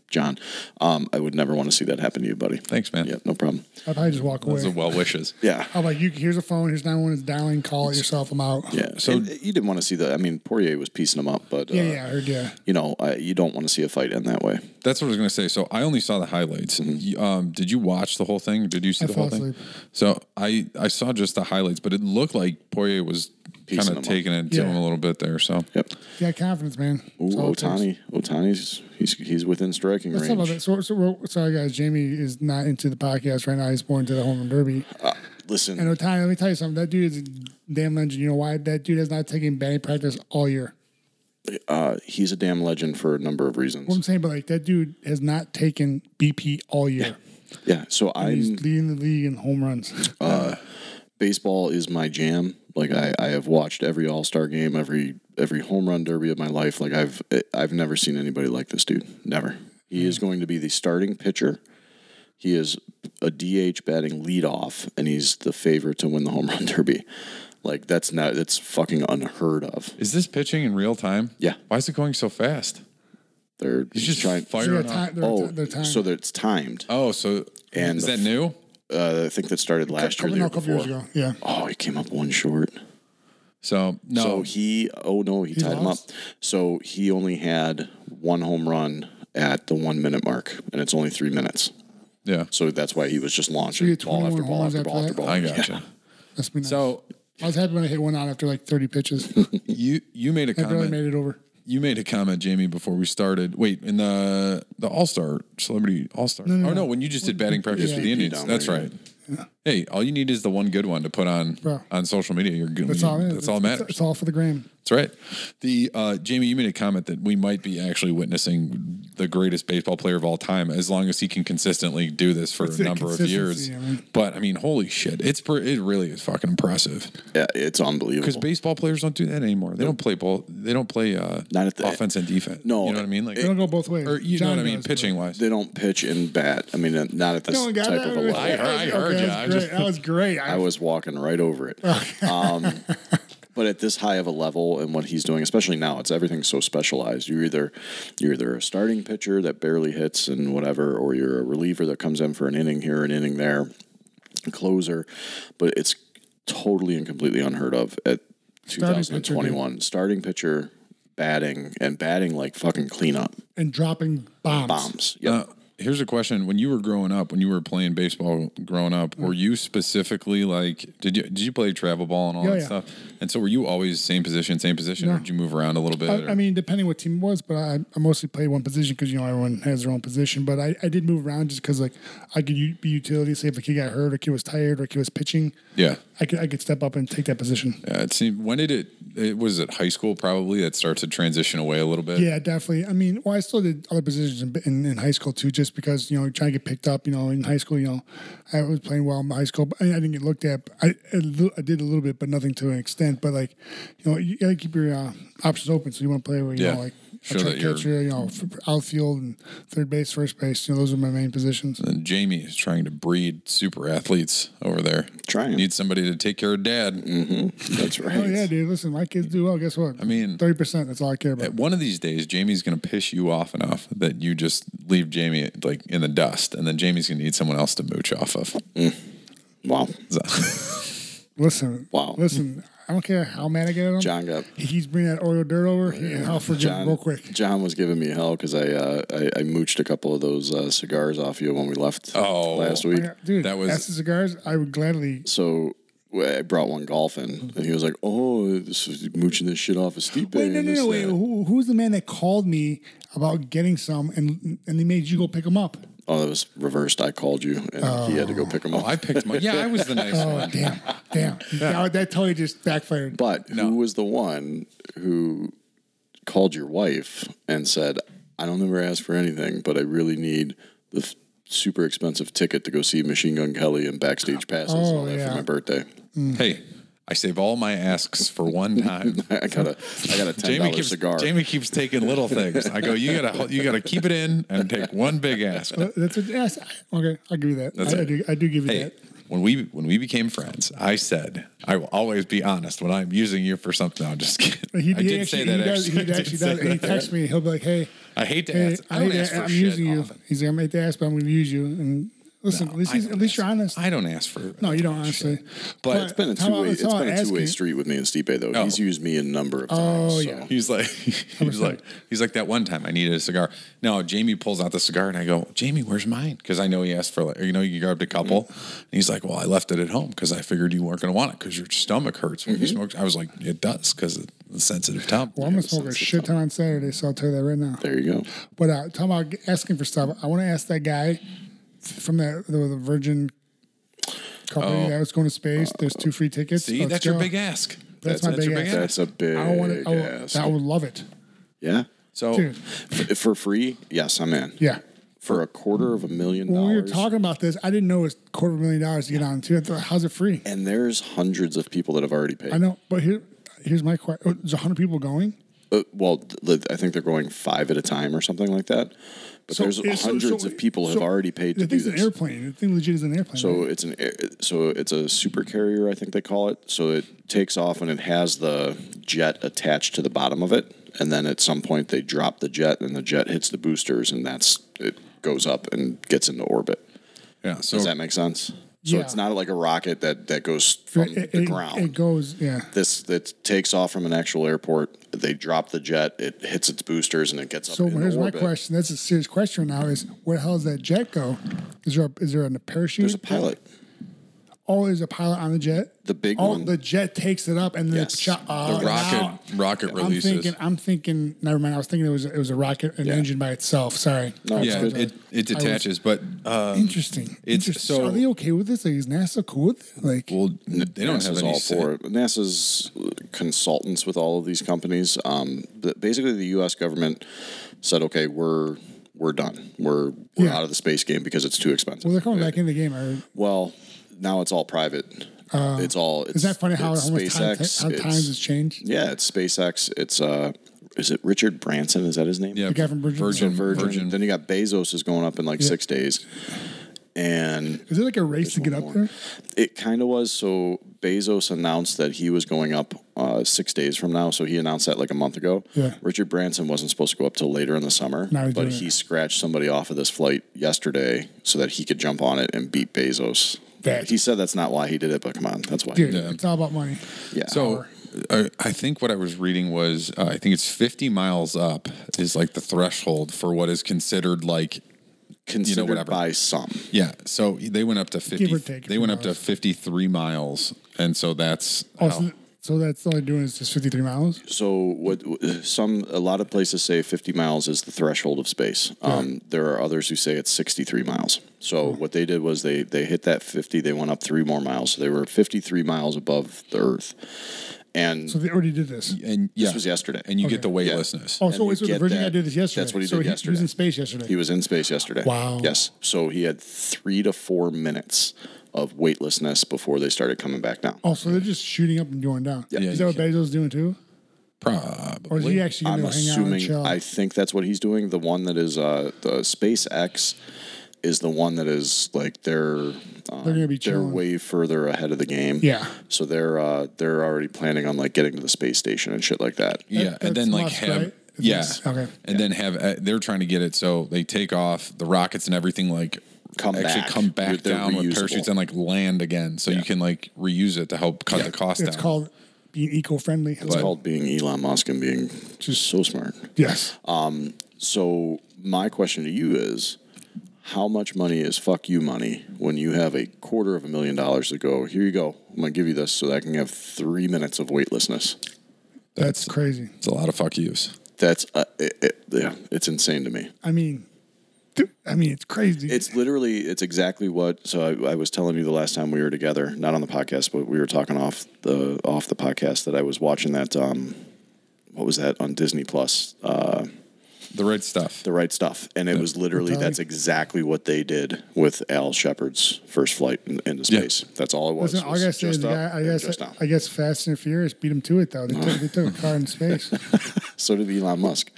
John. Um, I would never want to see that happen to you, buddy. Thanks, man. Yeah, no problem. I'd probably just walk away. Those are well wishes. Yeah. How about you? Here's a phone. Here's 911. It's dialing. Call it yourself. I'm out. Yeah. So you didn't want to see that. I mean, Poirier was piecing him up, but uh, Yeah, yeah, I heard, yeah. you know, I, you don't want to see a fight end that way. That's what I was going to say. So I only saw the highlights. Mm-hmm. You- Um, did you watch the whole thing? Did you see I the whole fell thing? asleep. So I I saw just the highlights, but it looked like Poirier was Piecing kind him of up. taking it to Yeah. him a little bit there. So Yep. You got confidence, man. Ooh, That's all it takes. Otani. Otani's he's he's within striking Let's talk about that. range. So, so we're, sorry, guys. Jamie is not into the podcast right now. He's more into the home run derby. Listen, And Otani, let me tell you something. That dude is a damn legend. You know why? That dude has not taken batting practice all year. uh, he's a damn legend for a number of reasons. What I'm saying, but like that dude has not taken BP all year. yeah. So Hmm. He's I'm leading the league in home runs. baseball is my jam. Like I, I have watched every All Star game, every every home run derby of my life. Like I've I've never seen anybody like this dude. Never. He Hmm. is going to be the starting pitcher. He is a DH batting leadoff, and he's the favorite to win the home run derby. Like that's not that's fucking unheard of. is this pitching in real time? Yeah. Why is it going so fast? They're He's just trying. So they're firing. up. ti- they're- Oh, they're timed. so that it's timed. Oh, so And is the that f- new? Uh, I think that started last Couple- year. the no, year a couple years before. ago. Yeah. Oh, he came up one short. So no. So he, oh no, he, tied lost? him up. So he only had one home run at the one minute mark, and it's only three minutes. yeah. So that's why he was just So launching you had ball after 21 ball homers after ball after after that? ball. I gotcha. That's me. So So I was happy when I hit one out after like 30 pitches. you you made a I barely comment. made it over. you made a comment, Jamie, before we started. Wait, in the the All Star Celebrity All Star. oh no, when you just did batting practice for the Yeah. Indians. Down That's there, right. Hey, all you need is the one good one to put on Bro. on social media. You're good. That's all. it is. That's all that It's- matters. It's all for the gram. That's right. The uh, Jamie, you made a comment that we might be actually witnessing the greatest baseball player of all time, as long as he can consistently do this for It's a the number of years. consistency, I mean. But I mean, holy shit, it's pre- it really is fucking impressive Yeah, it's because unbelievable. baseball players don't do that anymore. They don't play ball. They don't play uh, Not at the- offense and defense. No, you know what I mean. Like, They don't go both ways. or you know John what I mean, does, but- pitching wise. they don't pitch and bat. I mean, uh, not at this No one got type that. of a level. I heard- I heard Okay, ya. That I'm was just- great. That was great. I was walking right over it. um, but at this high of a level and what he's doing, especially now, it's everything's so specialized. You're either you're either a starting pitcher that barely hits and whatever, or you're a reliever that comes in for an inning here, an inning there, a closer. But it's totally and completely unheard of at Starting pitcher, 2021. starting pitcher, batting, and batting like fucking cleanup and dropping bombs. bombs. Yep. Uh, here's a question: When you were growing up, when you were playing baseball growing up, were Mm-hmm. you specifically like did you did you play travel ball and all Yeah, that yeah. stuff? And so were you always same position, same position, or No. did you move around a little bit? I, I or- mean, depending what team it was, but I, I mostly played one position because you know everyone has their own position. But I, I did move around just because like I could u- be utility, say if a kid got hurt, or a kid was tired, or a kid was pitching, yeah. I could I could step up and take that position. Yeah, it seemed. When did it? It was at high school, probably. That starts to transition away a little bit. Yeah, definitely. I mean, well, I still did other positions in, in, in high school too, just because you know trying to get picked up. You know, in high school, you know, I was playing well in high school, but I I didn't get looked at. I, I li- I did a little bit, but nothing to an extent. But like, you know, you gotta keep your uh, options open. So you want to play where you Yeah. know, like Show a that you're- catcher, you know, f- outfield and third base, first base. You know, those are my main positions. And Jamie is trying to breed super athletes over there. Trying. Need somebody to take care of dad. Mm-hmm. That's right. Oh yeah, dude. Listen, my kids do well. Guess what? I mean- thirty percent. That's all I care about. One of these days, Jamie's going to piss you off enough that you just leave Jamie like in the dust, and then Jamie's going to need someone else to mooch off of. Wow. Listen, Wow. Listen, I don't care how mad I get at him. John got He's bringing that Oreo dirt over, and I'll forget John, real quick. John was giving me hell because I, uh, I I mooched a couple of those uh, cigars off you when we left Oh. last week. Yeah, dude, That that was- was that's the cigars. I would gladly. So w- I brought one golfing, and he was like, "Oh, this is mooching this shit off a steep Wait, no, no, no. uh, Wait, who, who's the man that called me about getting some and and they made you go pick them up? Oh, that was reversed. I called you, and he had to go pick him up. I picked my. Yeah, I was the nice Oh, one. damn, damn. That, that totally just backfired. but who was the one who called your wife and said, "I don't ever ask for anything, but I really need the." F- Super expensive ticket to go see Machine Gun Kelly and backstage passes and all Oh, that yeah. for my birthday. Hey, I save all my asks for one time. I got a I got a ten Jamie dollar keeps cigar. Jamie keeps taking little things. I go, you gotta you gotta keep it in and take one big ask. That's a, yes. Okay, I'll give you that. I, I do. I do give you Hey, that. When we when we became friends, I said I will always be honest when I'm using you for something. No, I'm just kidding. He, I he did say actually, that. he does, actually, I He did actually say does. And he that. texts me. He'll be like, "Hey, I hate to hey, ask. I don't hate to- ask for I'm shit using you." often. He's like, "I'm hate to ask, but I'm going to use you." And listen, at least, I he's, don't at least ask- you're honest. I don't ask for. no, you don't honestly. But it's It's been a how two about- way. It's how been about a two way asking- street with me and Stipe though. Oh. He's used me a number of times. Oh, so. yeah. He's like, he's like, he's like that one time I needed a cigar. No, Jamie pulls out the cigar and I go, Jamie, where's mine? Because I know he asked for, like, you know, you grabbed a couple. Mm-hmm. And he's like, well, I left it at home because I figured you weren't going to want it because your stomach hurts when you smoke. I was like, it does because of the sensitive tongue. Mm-hmm. Well, I'm gonna smoke a it's the shit ton on Saturday, so I'll tell you that right now. There you go. But uh, talking about asking for stuff, I want to ask that guy from that the, the Virgin company Oh. that was going to Uh, space. There's two free tickets. See, Let's that's go. your big ask. That's my big your ask. That's a big I want to. ass. Oh. I would love it, yeah. So, dude. F- For free, yes, I'm in. Yeah. For a quarter of a million When dollars. we were talking about this, I didn't know it's quarter of a million dollars to get on too. I thought, how's it free? and there's hundreds of people that have already paid. I know, but here, here's my oh, question: There's 100 people going. Uh, well, th- I think they're going five at a time or something like that. But there's it's- so- hundreds so- of people so have already paid the to do thing's an this. airplane. The thing legit is an airplane. So right? it's an air- so it's a super carrier, I think they call it. So it takes off and it has the jet attached to the bottom of it, and then at some point they drop the jet, and the jet hits the boosters, and that's it goes up and gets into orbit. yeah. So, Does that make sense? So Yeah. it's not like a rocket that that goes from it, the it- ground. it goes. Yeah. this that takes off from an actual airport. They drop the jet. It hits its boosters and it gets up. So into here's my orbit. question. That's a serious question now. Is where the hell does that jet go? Is there a, is there a parachute? There's a pilot. Oh, there's a pilot on the jet. The big Oh, one. the jet takes it up and then Yes. it shot. the Oh, rocket, wow. rocket I'm releases. thinking. I'm thinking. Never mind. I was thinking it was it was a rocket, an Yeah. engine by itself. Sorry. No, um, it's yeah, good. it, it detaches, but Oh, uh, Interesting. It's- Interesting. so- are they okay with this? Like, is NASA cool with it? Like, well, they don't have NASA's any all say. for it. NASA's consultants with all of these companies. Um, but basically, the U.S. government said, "Okay, we're we're done. We're we're Yeah. out of the space game because it's too expensive." well, they're coming back in the game. Or, Well, now it's all private. it's all. It's, Uh, is that funny how it's how much time, SpaceX, how it's- times has changed? Yeah, it's SpaceX. It's uh, is it Richard Branson? Is that his name? Yeah, The guy from Virgin- Virgin, Virgin. Virgin. Then you got Bezos is going up in like six days, and Is it like a race to get one up more. there? It kind of was. So Bezos announced that he was going up uh, six days from now. So he announced that like a month ago. Yeah. Richard Branson wasn't supposed to go up till later in the summer, No, he but didn't. he scratched somebody off of this flight yesterday so that he could jump on it and beat Bezos. That- he said that's not why he did it, but come on, that's why. he Dude, did it. it's all about money. Yeah. So I, I think what I was reading was uh, I think it's 50 miles up is like the threshold for what is considered like considered whatever. by some. yeah. So they went up to 50. or take a they few went up to miles. 53 miles, and so that's Oh, how- so, so that's all they're doing is just 53 miles. So what some a lot of places say 50 miles is the threshold of space. Um, there are others who say it's 63 miles. So Hmm. what they did was they they hit that 50. They went up three more miles. So they were 53 miles above the Earth. And So they already did this. and yeah, this was yesterday. and you Okay. get the weightlessness. Oh, so you wait, so the get Virgin that- guy did this yesterday. that's what he so did He was yesterday. in space yesterday. he was in space yesterday. Wow. Yes. So he had three to four minutes of weightlessness before they started coming back down. oh, so they're just shooting up and going down. Yeah, is you that what Bezos doing too? Or Probably. is he actually going I'm to hang out and assuming. chill? I think that's what he's doing. The one that is uh, the SpaceX is the one that is like they're um, They're gonna be chilling. way further ahead of the game. Yeah. So they're uh, they're already planning on like getting to the space station and shit like that. yeah, and that's then like Musk, have right? It yeah, is. Okay. and then have uh, they're trying to get it so they take off the rockets and everything like Come actually back. come back They're down with reusable. parachutes and like land again, so you can like reuse it to help cut the cost it's down. called being eco-friendly. It's called being Elon Musk and being just so smart. yes. So my question to you is. How much money is fuck you money when you have a quarter of a million dollars to go? Here you go. I'm gonna give you this so that I can have three minutes of weightlessness. that's, crazy. It's a lot of fuck yous. That's uh, it, it, yeah, it's insane to me. I mean, dude, I mean, it's crazy. It's literally it's exactly what. So I, I was telling you the last time we were together, not on the podcast, but we were talking off the off the podcast that I was watching that. Um, what was that on Disney Plus? Uh, The red stuff. the right stuff, and it was literally Metallic. that's exactly what they did with Al Shepard's first flight in, into Yeah. space. That's all it was. Listen, all I was gotta say is, just the up guy, I and guess, just down. I guess Fast and Furious beat him to it though. They took, they took a car in space. Oh, so did Elon Musk.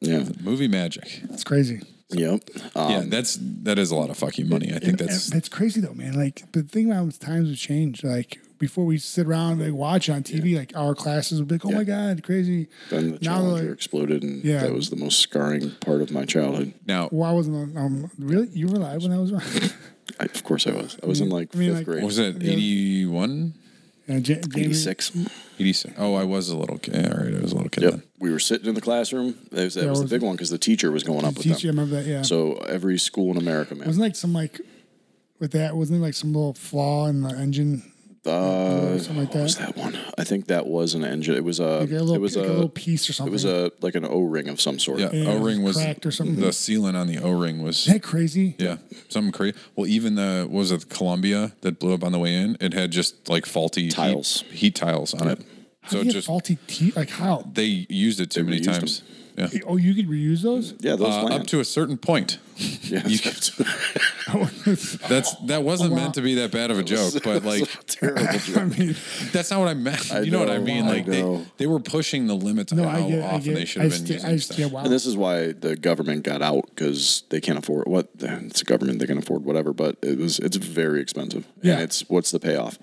Yeah, Movie magic. It's crazy. Yep. Um, yeah, that's that is a lot of fucking money. I think that's That's crazy though, man. Like the thing about it, times have changed. Like before we sit around and like, watch on TV, like our classes would be like, "Oh my god, crazy!" Then now the Challenger they're like, exploded, and Yeah. that was the most scarring part of my childhood. now. "Well, I wasn't on- um, really. You were alive when I was around." I, of course, I was. I was in like I mean, fifth like- grade. Was it 81, And Ja- Jamie- 86? 86? Oh, I was a little kid. All right, I was a little kid Yep. then. We were sitting in the classroom. That was, that Yeah, was, was the big one because the teacher was going up with Teacher, I them. remember that. Yeah, So every school in America, man. wasn't like some like with that. Wasn't it like some little flaw in the engine? Uh, something like what was that. that one? I think that was an engine. It was a. Like a little, it was like a. a, little piece or something. it was a like an O ring of some sort. Yeah, Yeah, it was O ring was cracked or something. The sealant on the O ring was Is that crazy? Yeah, something crazy. Well, even the what was it Columbia that blew up on the way in? It had just like faulty heat- Tiles. heat, tiles on it. How So do it you just have faulty teeth? Like how? they used it too They many reused times. Yeah, Oh, you could reuse those. Yeah, those uh, land. up to a certain point. yeah. you can- That's Oh, that wasn't meant to be that bad of a joke, Oh, but like terrible I joke. mean, that's not what I meant. I you know, what I know, mean? I Like they, know. they were pushing the limits on no, how I get, I often get. they should have I been st- I using st- stuff. yeah, wow. And this is why the government got out because they can't afford what it's a government they can afford whatever, but it was it's very expensive. Yeah. And it's what's the payoff?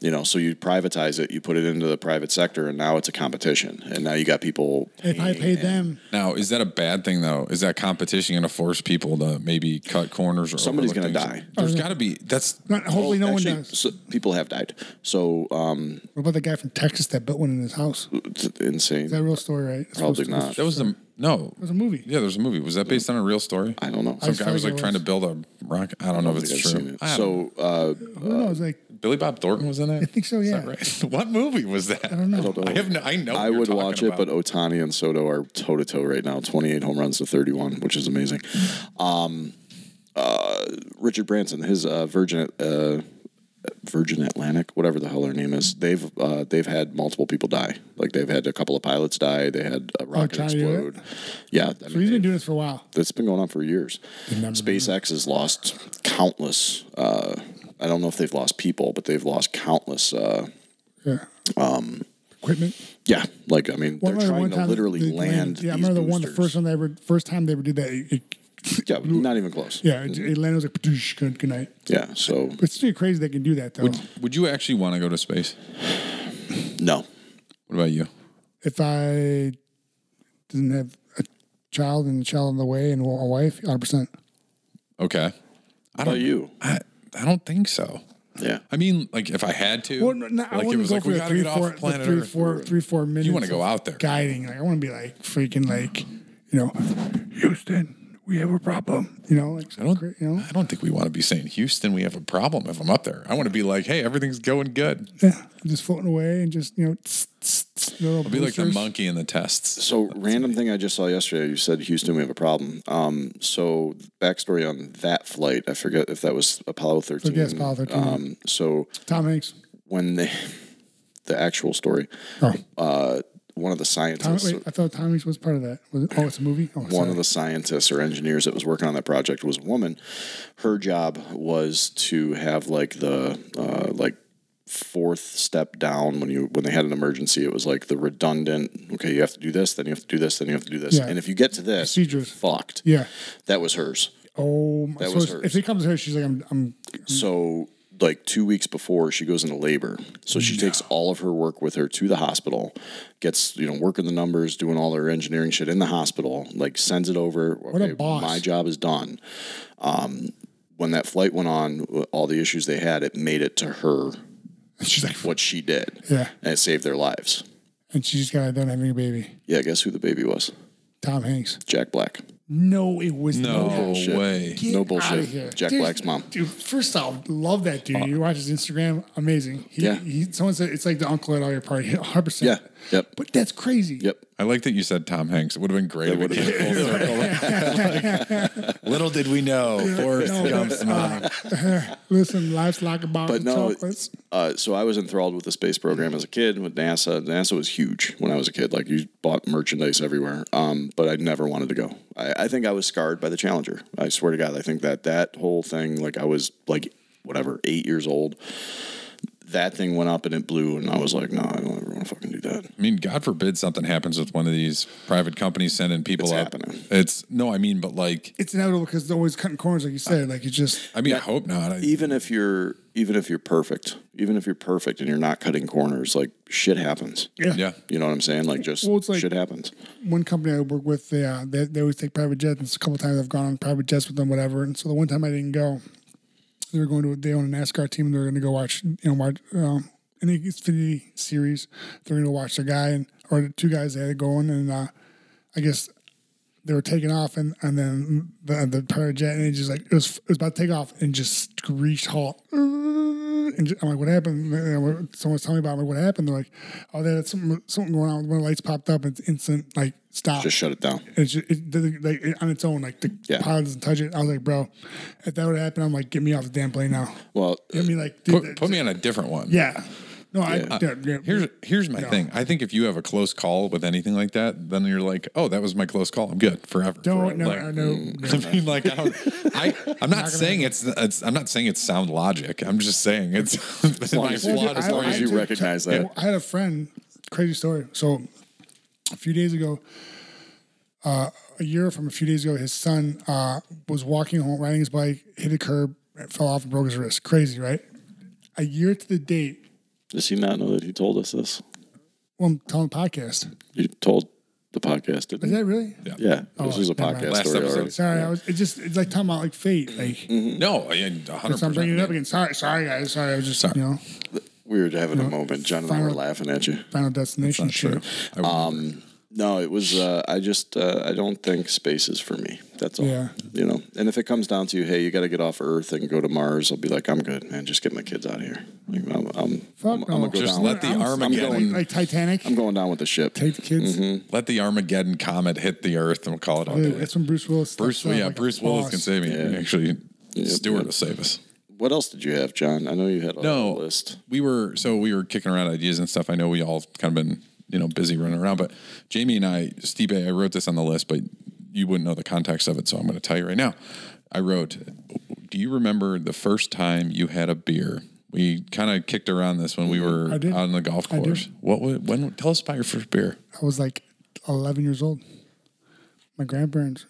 You know, so you privatize it, you put it into the private sector, and now it's a competition, and now you got people. if I paid them, Now, is that a bad thing though? Is that competition going to force people to maybe cut corners or Somebody's overlook gonna things? die. There's got to be. That's Oh, not, hopefully no Actually, one does. so- people have died. So um, What about the guy from Texas that built one in his house? Is it's insane. that a real story, right? It's Probably supposed to- not. that was the no. It was a movie. Yeah, there's a movie. Was that based on a real story? I don't know. I Some guy was feel like like trying it to build a rocket. I don't know if it's I've true. seen it. I don't know. So uh, I don't know. It was like Billy Bob Thornton was in that. I think so, yeah. right? what movie was that? I don't know. I don't know. I have. No, I know. I what Oh, you're would talking watch it, about. but Otani and Soto are toe to toe right now, 28 home runs to 31, which is amazing. Um, uh, Richard Branson, his uh, Virgin uh, Virgin Atlantic, whatever the hell their name is, they've uh, they've had multiple people die. Like they've had a couple of pilots die. They had a rocket Johnny Depp? explode. Yeah, I so mean, he's been they- doing this for a while. that's been going on for years. SpaceX has lost countless. Uh, I don't know if they've lost people, but they've lost countless. Uh, Yeah. Um, Equipment. yeah, like I mean, Well, I they're remember trying to time literally they landed- land. Yeah, I these remember the one, the boosters. first one they ever, first time they ever did that. It, it, Yeah, not even close. yeah, it, Mm-hmm. it landed it was like "Padoosh," good, good night. Yeah. So But it's still crazy they can do that though. would you actually want to go to space? no, What about you? if I didn't have a child and a child on the way and a wife, 100. percent Okay. how about you? I I don't think so. Yeah. I mean, like if I had to, Well, no, no, I like wouldn't go for we the gotta three, get four, off planet the three, Earth. four, three, four minutes. wanna go of out there. guiding? Like I want to be like freaking like, you know, Houston, we have a problem. You know, like I don't, you know, I don't think we want to be saying Houston. We have a problem if I'm up there. I want to be like, hey, everything's going good. yeah, just floating away and just you know, tss, tss, tss, little Be like the boosters. monkey in the tests. So random thing I just saw yesterday. You said Houston, we have a problem. Um, so backstory on that flight. I forget if that was Apollo thirteen. Yes, Apollo 13, yeah. Um, so Tom Hanks. when they, the actual story, Oh, uh, one of the Tom, scientists. wait, I thought Tom Hanks was part of that. Was it, oh, it's a movie. Oh, one sorry. of the scientists or engineers that was working on that project was a woman. Her job was to have like the uh, like fourth step down when you when they had an emergency. It was like the redundant. Okay, you have to do this, then you have to do this, then you have to do this, Yeah. and if you get to this, Procedures. fucked. yeah. That was hers. Oh, my, so was it's- hers. if it comes to her, she's like, I'm, I'm So like two weeks before she goes into labor so she takes all of her work with her to the hospital gets you know working the numbers doing all her engineering shit in the hospital like sends it over what a boss. my job is done um, when that flight went on all the issues they had it made it to her She's like, what she did Yeah. and it saved their lives and she just got out done having a baby. yeah guess who the baby was Tom Hanks. jack black No, it was No not. way. Get No outta bullshit. here. Jack Dude, Black's mom. Uh. Dude, first off, love that dude. You watch his Instagram, amazing. He, Yeah. He, someone said it's like the uncle at all your party, 100%. yeah yep But that's crazy. yep I like that you said Tom Hanks. It would have been great. if it would've came full circle. Like, little did we know, Forrest No, Gump's mom. Listen, life's like a box But of no, chocolates. uh, so I was enthralled with the space program as a kid with NASA. NASA was huge when I was a kid. Like you bought merchandise everywhere. Um, but I never wanted to go. I, I think I was scarred by the Challenger. I swear to God, I think that that whole thing, like I was like whatever eight years old. That thing went up and it blew, and I was like, no, I don't ever want to fucking do that. Hmm. I mean, God forbid something happens with one of these private companies sending people It's up. happening. It's no, I mean, but like, It's inevitable because they're always cutting corners, like you said. Like you just I mean, I hope not. I, Even if you're even if you're perfect, even if you're perfect and you're not cutting corners, like shit happens. yeah. yeah, You know what I'm saying? Like just Well, it's like- shit happens. One company I work with, they, uh, they they always take private jets. And a couple times I've gone on private jets with them, whatever. And so the one time I didn't go, they were going to a day on a NASCAR team. and They were going to go watch, you know, watch um, an Xfinity series. They're going to watch the guy and or the two guys they had going, and uh, I guess they were taking off, and and then the the private jet and it just like it was it was about to take off and just screeched halt. And ju- I'm like, what happened? And Someone's telling me about. It. I'm like, what happened? They're like, oh, they had something something going on. One of the lights popped up. and It's instant like stop. Just shut it down. It's just, it, doesn't- like, it, on its own, like the Yeah. pilot doesn't touch it. I was like, bro, if that would happen, I'm like, get me off the damn plane now. Well, I mean, like, dude, put, that- put me on a different one. yeah. No, I Yeah. yeah, yeah. Here's here's my No. thing. I think if you have a close call with anything like that, then you're like, oh, that was my close call. I'm good forever. don't forever. no, Like, mm, I know. I mean, like, I, don't, I I'm not saying it's, it's I'm not saying it's sound logic. I'm just saying it's as long as you- as long as you recognize that. I had a friend, crazy story. So a few days ago, uh, a year from a few days ago, his son uh, was walking home, riding his bike, hit a curb, fell off and broke his wrist. Crazy, right? A year to the date, does he not know that he told us this? well, I'm telling the podcast. You told the podcast, didn't Is you? that really? Yeah. Yeah, this Oh, was a never mind. podcast Last story episode. already. Sorry, I was. It just it's like talking about like fate. Like Mm, No, I 100. so I'm percent bringing it up again. Sorry, sorry guys. Sorry, I was just you know We were having Uh-huh. a moment. John and I were Final- laughing at you. final destination. True. shit. I would- Um, No, it was. Uh, I just. Uh, I don't think space is for me. That's all. Yeah. You know. And if it comes down to, hey, you got to get off Earth and go to Mars, I'll be like, I'm good, man. Just get my kids out of here. Like, I'm. I'm, Fuck I'm, no. I'm gonna go Just down. let with- the I'm- Armageddon- I'm Like, going, like Titanic. I'm Mm-hmm. going down with the ship. Take the kids. let the Armageddon comet hit the Earth, and we'll call it on. Dude, that's when Bruce Willis. Bruce, steps yeah, up like a Bruce Willis can boss. save me. Actually, Stewart yep. will save us. What else did you have, John? I know you had a No, list. we were so we were kicking around ideas and stuff. I know we all kind of been you know busy running around, but Jamie and I, Steve, I wrote this on the list, but you wouldn't know the context of it, so I'm going to tell you right now. I wrote, "Do you remember the first time you had a beer?" We kind of kicked around this when we were I out did. on the golf I did. course. What? wa- When? Tell us about your first beer. I was like 11 years old. My grandparents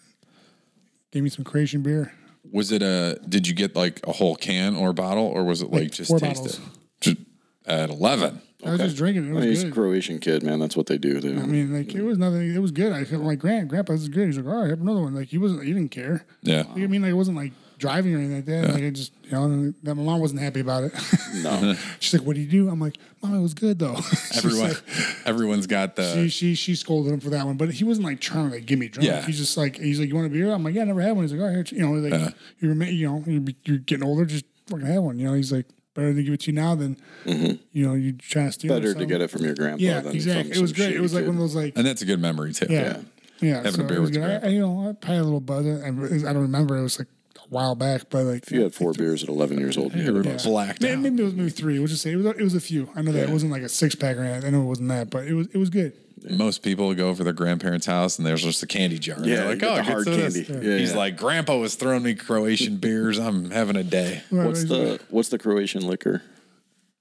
gave me some Croatian beer. Was it a? Did you get like a whole can or bottle, or was it like, Like just four taste bottles. it? Just at eleven. I was just drinking. It It I mean, was he's a good. Croatian kid, man. That's what they do. They I mean, like it was nothing. It was good. I felt like grand grandpa. This is good. He's like, all right, have another one. Like he wasn't. He didn't care. Yeah. Like, I mean, like it wasn't like driving or anything like that. Like it just, you know, that my mom wasn't happy about it. no. She's like, what do you do? I'm like, mom, it was good though. She Everyone, said- everyone's got the. She, she she scolded him for that one, but he wasn't like trying to like give me drunk. Yeah. He's just like he's like, you want a beer? I'm like, yeah, I never had one. He's like, all right, here, you know, like Uh-huh. you're ma- you know you're, you're getting older, just fucking have one. You know, he's like better to give it to you now than you know you trying to steal. it or Mm-hmm. Better to something. get it from your grandpa. Yeah, than exactly. From It was some great. It shady was like kid. one of those like And that's a good memory too. yeah, yeah. Having a so beer it was with your good. I, I, you know, I probably had a little buzz. I, I don't remember. It was like a while back, but like If you had four beers at 11 years old, you had Everybody about- blacked May- out. Maybe it was maybe three. We'll just say it was. It was a few. I know that it wasn't like a six pack or anything. I know it wasn't that, but it was. It was good. Most people go over their grandparents' house and there's just a candy jar. And Yeah, they're you like, get oh, the hard hard candy. candy. Yeah, He's yeah. like, Grandpa was throwing me Croatian beers. I'm having a day. Mm. What's the what's the Croatian liquor?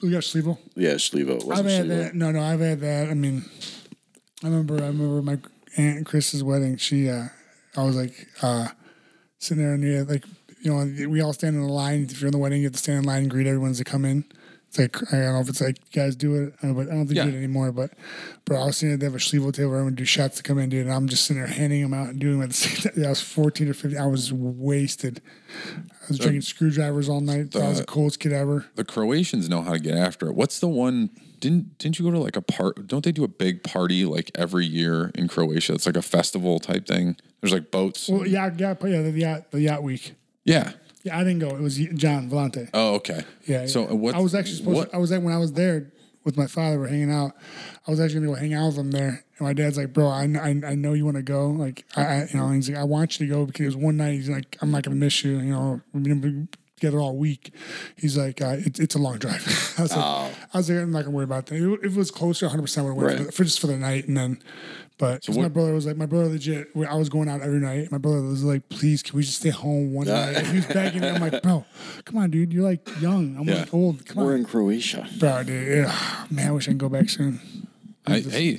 We got Schliebel. Yeah, Shlivo. I've Wasn't had Šljivo. that. No, no, I've had that. I mean, I remember, I remember my aunt Chris's wedding. She, uh, I was like uh, sitting there and yeah, like you know, we all stand in the line. If you're in the wedding, you have to stand in line and greet everyone as they come in. It's like I don't know if it's like you guys do it, uh, but I don't think Yeah. you do it anymore. But bro, I was sitting there. They have a Schlevo table. Everyone do shots to come in, dude. And I'm just sitting there handing them out and doing what. I was 14 or 15. I was wasted. I was drinking screwdrivers all night. I was the coolest kid ever. The Croatians know how to get after it. What's the one? Didn't didn't you go to like a part? Don't they do a big party like every year in Croatia? It's like a festival type thing. There's like boats. Well, yeah, yeah, but yeah, the yacht, the yacht week. yeah. Yeah, I didn't go. It was John Vellante. Oh, okay. yeah. So yeah. what? I was actually supposed. what- To, I was at when I was there with my father. We're hanging out. I was actually gonna go hang out with him there, and my dad's like, "Bro, I, kn- I, I know you want to go. Like, I, I you know, he's like, I want you to go because it was one night. He's like, I'm not gonna miss you. You know, we've been together all week. He's like, uh, it's it's a long drive. I was like, Oh. I was like, I'm not gonna worry about that. If it was closer, 100 percent would have went Right. for, for just for the night, and then. But 'cause my brother was like, my brother legit. I was going out every night. My brother was like, please, can we just stay home one night? He was begging. me. I'm like, bro, come on, dude. You're like young. I'm Yeah. like old. Come We're on, in Croatia. bro, dude. Ugh, man, I wish I could go back soon. uh, I, hey,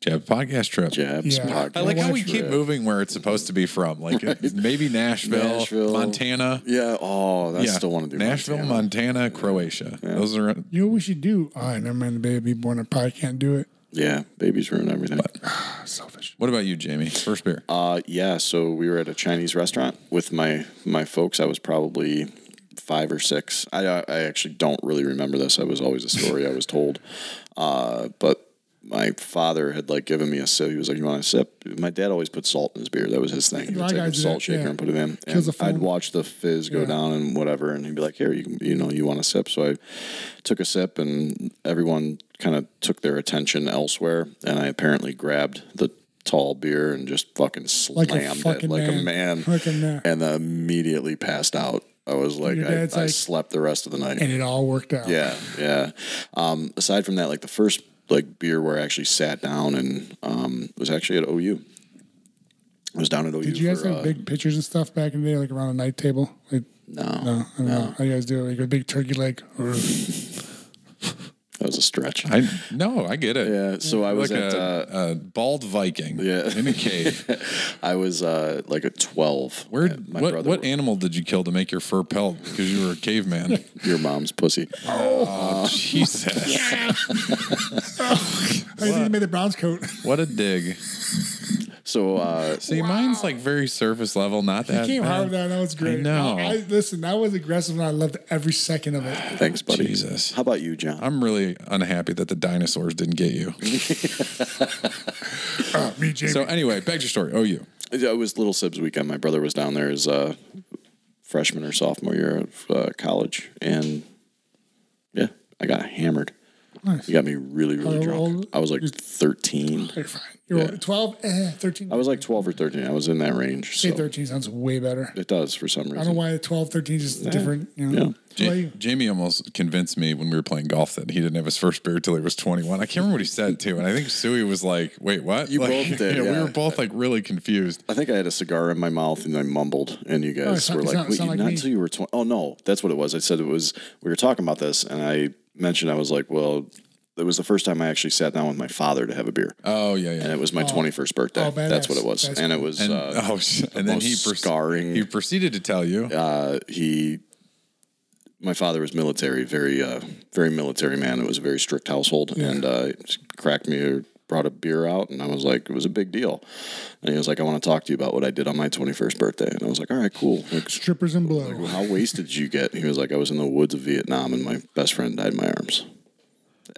Jab podcast trip. Jabs Yeah. podcast. I like how we trip. keep moving where it's supposed to be from. Like it's maybe Nashville, Nashville. Montana. Yeah. Oh, I yeah. still want to do Nashville, Montana. Montana, Croatia. Those are You know what we should do? I never mind the baby born. I probably can't do it. Yeah, babies ruin everything. That's selfish. What about you, Jamie? First beer. Uh, yeah, so we were at a Chinese restaurant with my my folks. I was probably five or six. I I I actually don't really remember this. I was always a story I was told. Uh, but my father had like given me a sip. He was like, "You want a sip?" My dad always put salt in his beer. That was his thing. He My would take guy a did salt it, shaker yeah. and put it in. Kills the And I'd foam. watch the fizz go Yeah. down and whatever, and he'd be like, "Here, you can, you know, you want a sip?" So I took a sip, and everyone kind of took their attention elsewhere, and I apparently grabbed the tall beer and just fucking slammed Like a it fucking like a man. man, Like a man. and immediately passed out. I was like, Your I, dad's I like- slept the rest of the night. And it all worked out. Yeah, yeah. Um, aside from that, like the first like beer where I actually sat down and um, was actually at OU. I was down at OU. Did you guys for, have uh, big pictures and stuff back in the day, like around a night table? Like, No, no, I don't know. How you guys do it? Like a big turkey leg. that was a stretch. I no, I get it. yeah, so I was like at a, uh, a bald Viking Yeah. in a cave. I was uh, like a twelve. Where Yeah, my what, brother, what animal did you kill to make your fur pelt? Because you were a caveman. your mom's pussy. oh Jesus! I think you made the Browns coat. What a dig. So uh, See, mine's like very surface level. Not that. It came bad. hard down. That was great. I know. I, listen, that was aggressive, and I loved every second of it. thanks, buddy. Jesus. How about you, John? I'm really unhappy that the dinosaurs didn't get you. me, Jamie. So anyway, back to your story. Oh, you. It was Little Sibs weekend. My brother was down there as a freshman or sophomore year of uh, college, and yeah, I got hammered. Nice. You got me really, really How drunk. old? I was like thirteen. You're fine. You're Yeah. 12, eh, 13. I was like twelve or thirteen. I was in that range. Say So 13 sounds way better. it does for I some don't know reason. why 12, 13 is just different. You know? Ja- How about you? Jamie almost convinced me when we were playing golf that he didn't have his first beer till he was 21. I can't remember what he said too, and I think Suey was like, "Wait, what?" You Like, both did, yeah. We were both like really confused. I think I had a cigar in my mouth and I mumbled, and you guys Oh, it's not- were it's like, not- "Wait, it's not you- like not me." until you were 20. Oh no, that's what it was. I said it was. We were talking about this, and I mentioned I was like, "Well, it was the first time I actually sat down with my father to have a beer." Oh yeah, and yeah. it was my 21st birthday. Oh, badass. That's what it was. That's and it cool. was And, uh, oh, sh- and then most he pers- scarring- He proceeded to tell you. uh, he. My father was military, very uh, very military man. It was a very strict household, and uh, he cracked me or brought a beer out, and I was like, it was a big deal. And he was like, I want to talk to you about what I did on my 21st birthday, and I was like, all right, cool. Like, Strippers and blow. how wasted did you get? He was like, I was in the woods of Vietnam, and my best friend died in my arms.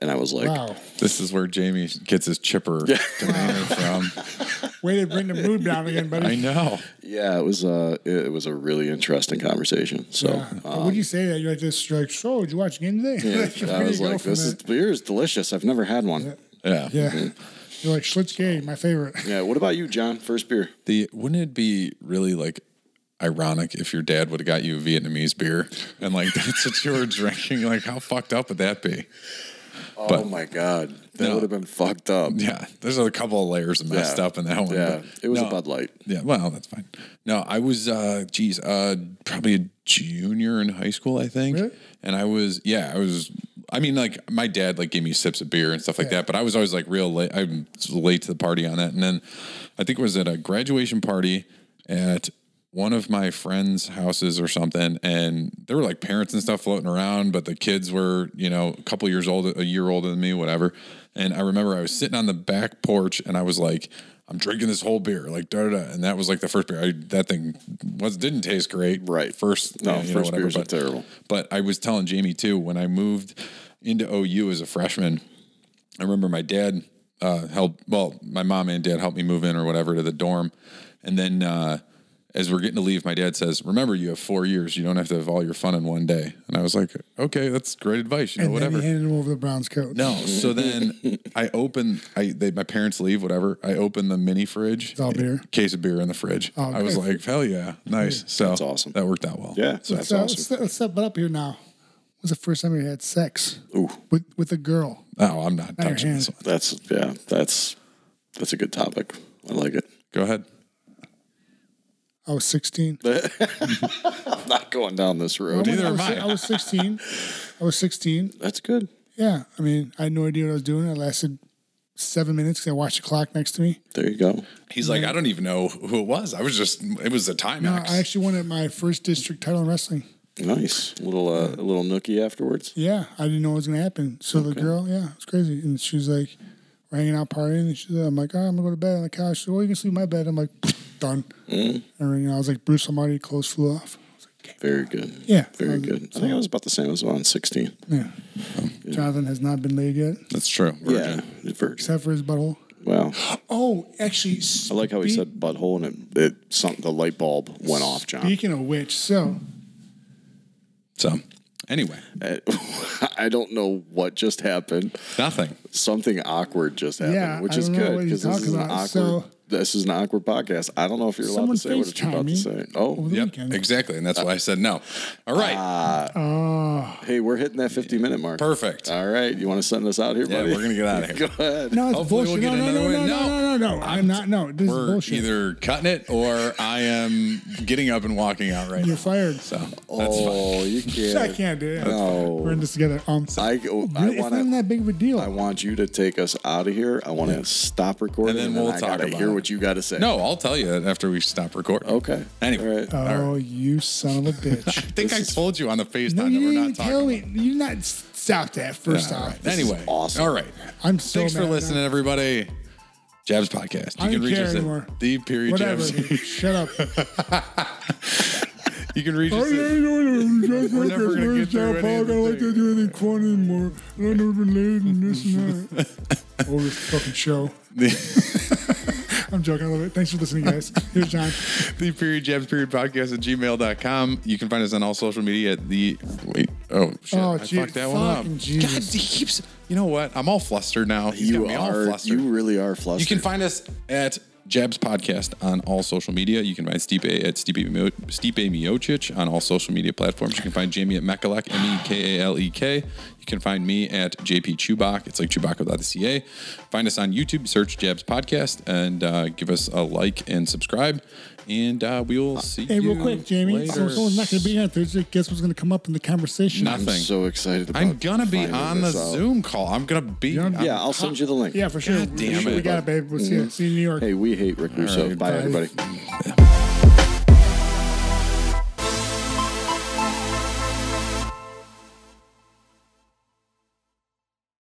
And I was like, Wow. This is where Jamie gets his chipper demeanor from. Way to bring the mood down again, buddy. I know. yeah, it was uh, it, it was a really interesting conversation. So. Yeah. what do you say that you're like this? You're like, so did you watch a game today? Like, Yeah, where I do was you go like, from this is that? beer is delicious. I've never had one. Yeah. Yeah. yeah. You're like Schlitzke, my favorite. What about you, John? First beer. The wouldn't it be really like ironic if your dad would have got you a Vietnamese beer and like that's what you were drinking? Like how fucked up would that be? Oh But- my god, that No. would have been fucked up. Yeah, there's a couple of layers of messed Yeah. up in that one. Yeah, but it was no. a Bud Light. Yeah, well, that's fine. No, I was, uh, geez, uh, probably a junior in high school, I think. Really? And I was, yeah, I was. I mean, like my dad like gave me sips of beer and stuff like that, but I was always like real late. I'm late to the party on that. And then I think it was at a graduation party at one of my friends' houses or something, and there were like parents and stuff floating around, but the kids were you know a couple years old, a year older than me, whatever. And I remember I was sitting on the back porch and I was like. I'm drinking this whole beer, like da da, da. and that was like the first beer. I, that thing was didn't taste great, Right. First, No, yeah, you know, first whatever, beers are but- terrible. But I was telling Jamie too when I moved into OU as a freshman. I remember my dad uh, helped. Well, my mom and dad helped me move in or whatever to the dorm, and then uh, as we're getting to leave, my dad says, "Remember, you have four years. You don't have to have all your fun in one day." And I was like, "Okay, that's great advice. You know, And whatever." then he handed him over the Browns coat. No. So then I open. I they, my parents leave. Whatever. I open the mini fridge. all beer. Case of beer in the fridge. I was good. like, hell yeah, nice. So That's awesome. That worked out well. Yeah, that's So let's, awesome. let's step it up here now. When's the first time you had sex Ooh, with with a girl? Oh, I'm not touching this one. that's yeah, that's that's a good topic. I like it. Go ahead. I was 16. I'm not going down this road. neither I, am was, I. I was 16. I was 16. That's good. Yeah, I mean, I had no idea what I was doing. I lasted seven minutes because I watched the clock next to me. There you go. He's like, I don't even know who it was. I was just, it was a No, Timex. Uh, I actually won at my first district title in wrestling. Nice little uh, a little nookie afterwards. Yeah, I didn't know what was gonna happen. So the girl, yeah, it's crazy, and she was like, we're hanging out partying, and she's, I'm like, all right, I'm gonna go to bed on the couch. She said, well, you can sleep in my bed. I'm like, done. Mm. And you know, I was like, Bruce Almighty, clothes flew off. I was like, Very good. Yeah. Very Um, good. I think I was about the same as on sixteen. yeah. Oh, Jonathan has not been laid yet, That's true. Virgin. Yeah. Virgin. except for his butthole. Wow. Oh, actually, I like how he said butthole and it, it something the light bulb went off, John. Speaking of which, so So, anyway, I, I don't know what just happened. nothing. Something awkward just happened, Yeah, which I is don't know good what because you're this is an talking awkward. about. So- this is an awkward podcast. I don't know if you're Someone allowed to say what you're FaceTime about me. to say. Oh, over the Yep. weekend. Exactly. And that's why I said no. All right. Ah, Oh, hey, we're hitting that 50 minute mark. Perfect. All right, you want to send us out here, yeah, buddy? we're going to get out of Go here. ahead. No, it's Hopefully we'll bullshit. get no, another no, no, win. no, no, no, no. I'm not. No, this is We're bullshit. either cutting it or I am getting up and walking out right You're now. fired. So, that's fine. Oh, you I can't. can't do it. No. We're in this together. Um, I, go- I it's not even want that big of a deal. I want you to take us out of here. I want to stop recording, And then we'll I talk gotta about hear it. what you got to say. No, I'll tell you that after we stop recording. Okay. Anyway. All right. oh, you son of a bitch. I think I told you on the FaceTime no, that you we're didn't not even talking. tell me. You did not stop that first All off. right. Anyway. awesome. All right. I'm so Thanks for mad now. listening, everybody. Jabs Podcast. You I can don't reach care us anymore. at the period Whatever. jabs. dude. Shut up. You can Oh, reach us at We're never gonna get through any I of the don't like to thing. do anything fun anymore. I don't ever been late and this and that. Over this fucking show. I'm joking. I love it. Thanks for listening, guys. Here's John. the period jabs period podcast at gmail.com. You can find us on all social media at the wait. Oh shit. Oh, I gee, fucked that one up. fucking Jesus. God he keeps you know what? I'm all flustered now. He's got you me all are. flustered. You really are flustered. You can find us at Jabs Podcast on all social media. You can find Stipe at Stipe, Mio- Stipe Miocic on all social media platforms. You can find Jamie at Mekalek, M E K A L E K. You can find me at JP Chubak. It's like Chewbacca without the CA. Find us on YouTube, search Jabs Podcast, and uh, give us a like and subscribe. And uh, we will see Hey, you real quick, Jamie. later. So someone's not going to be here on Thursday. Guess what's going to come up in the conversation? Nothing. I'm so excited. About I'm gonna be finding on the this out. Zoom call. I'm gonna be. Yeah, I'll send you the link. Yeah, for sure. God damn we, it. we got it, babe. We'll see you. See you in New York. Hey, we hate Rick Russo. right, Bye, bye. everybody. Yeah.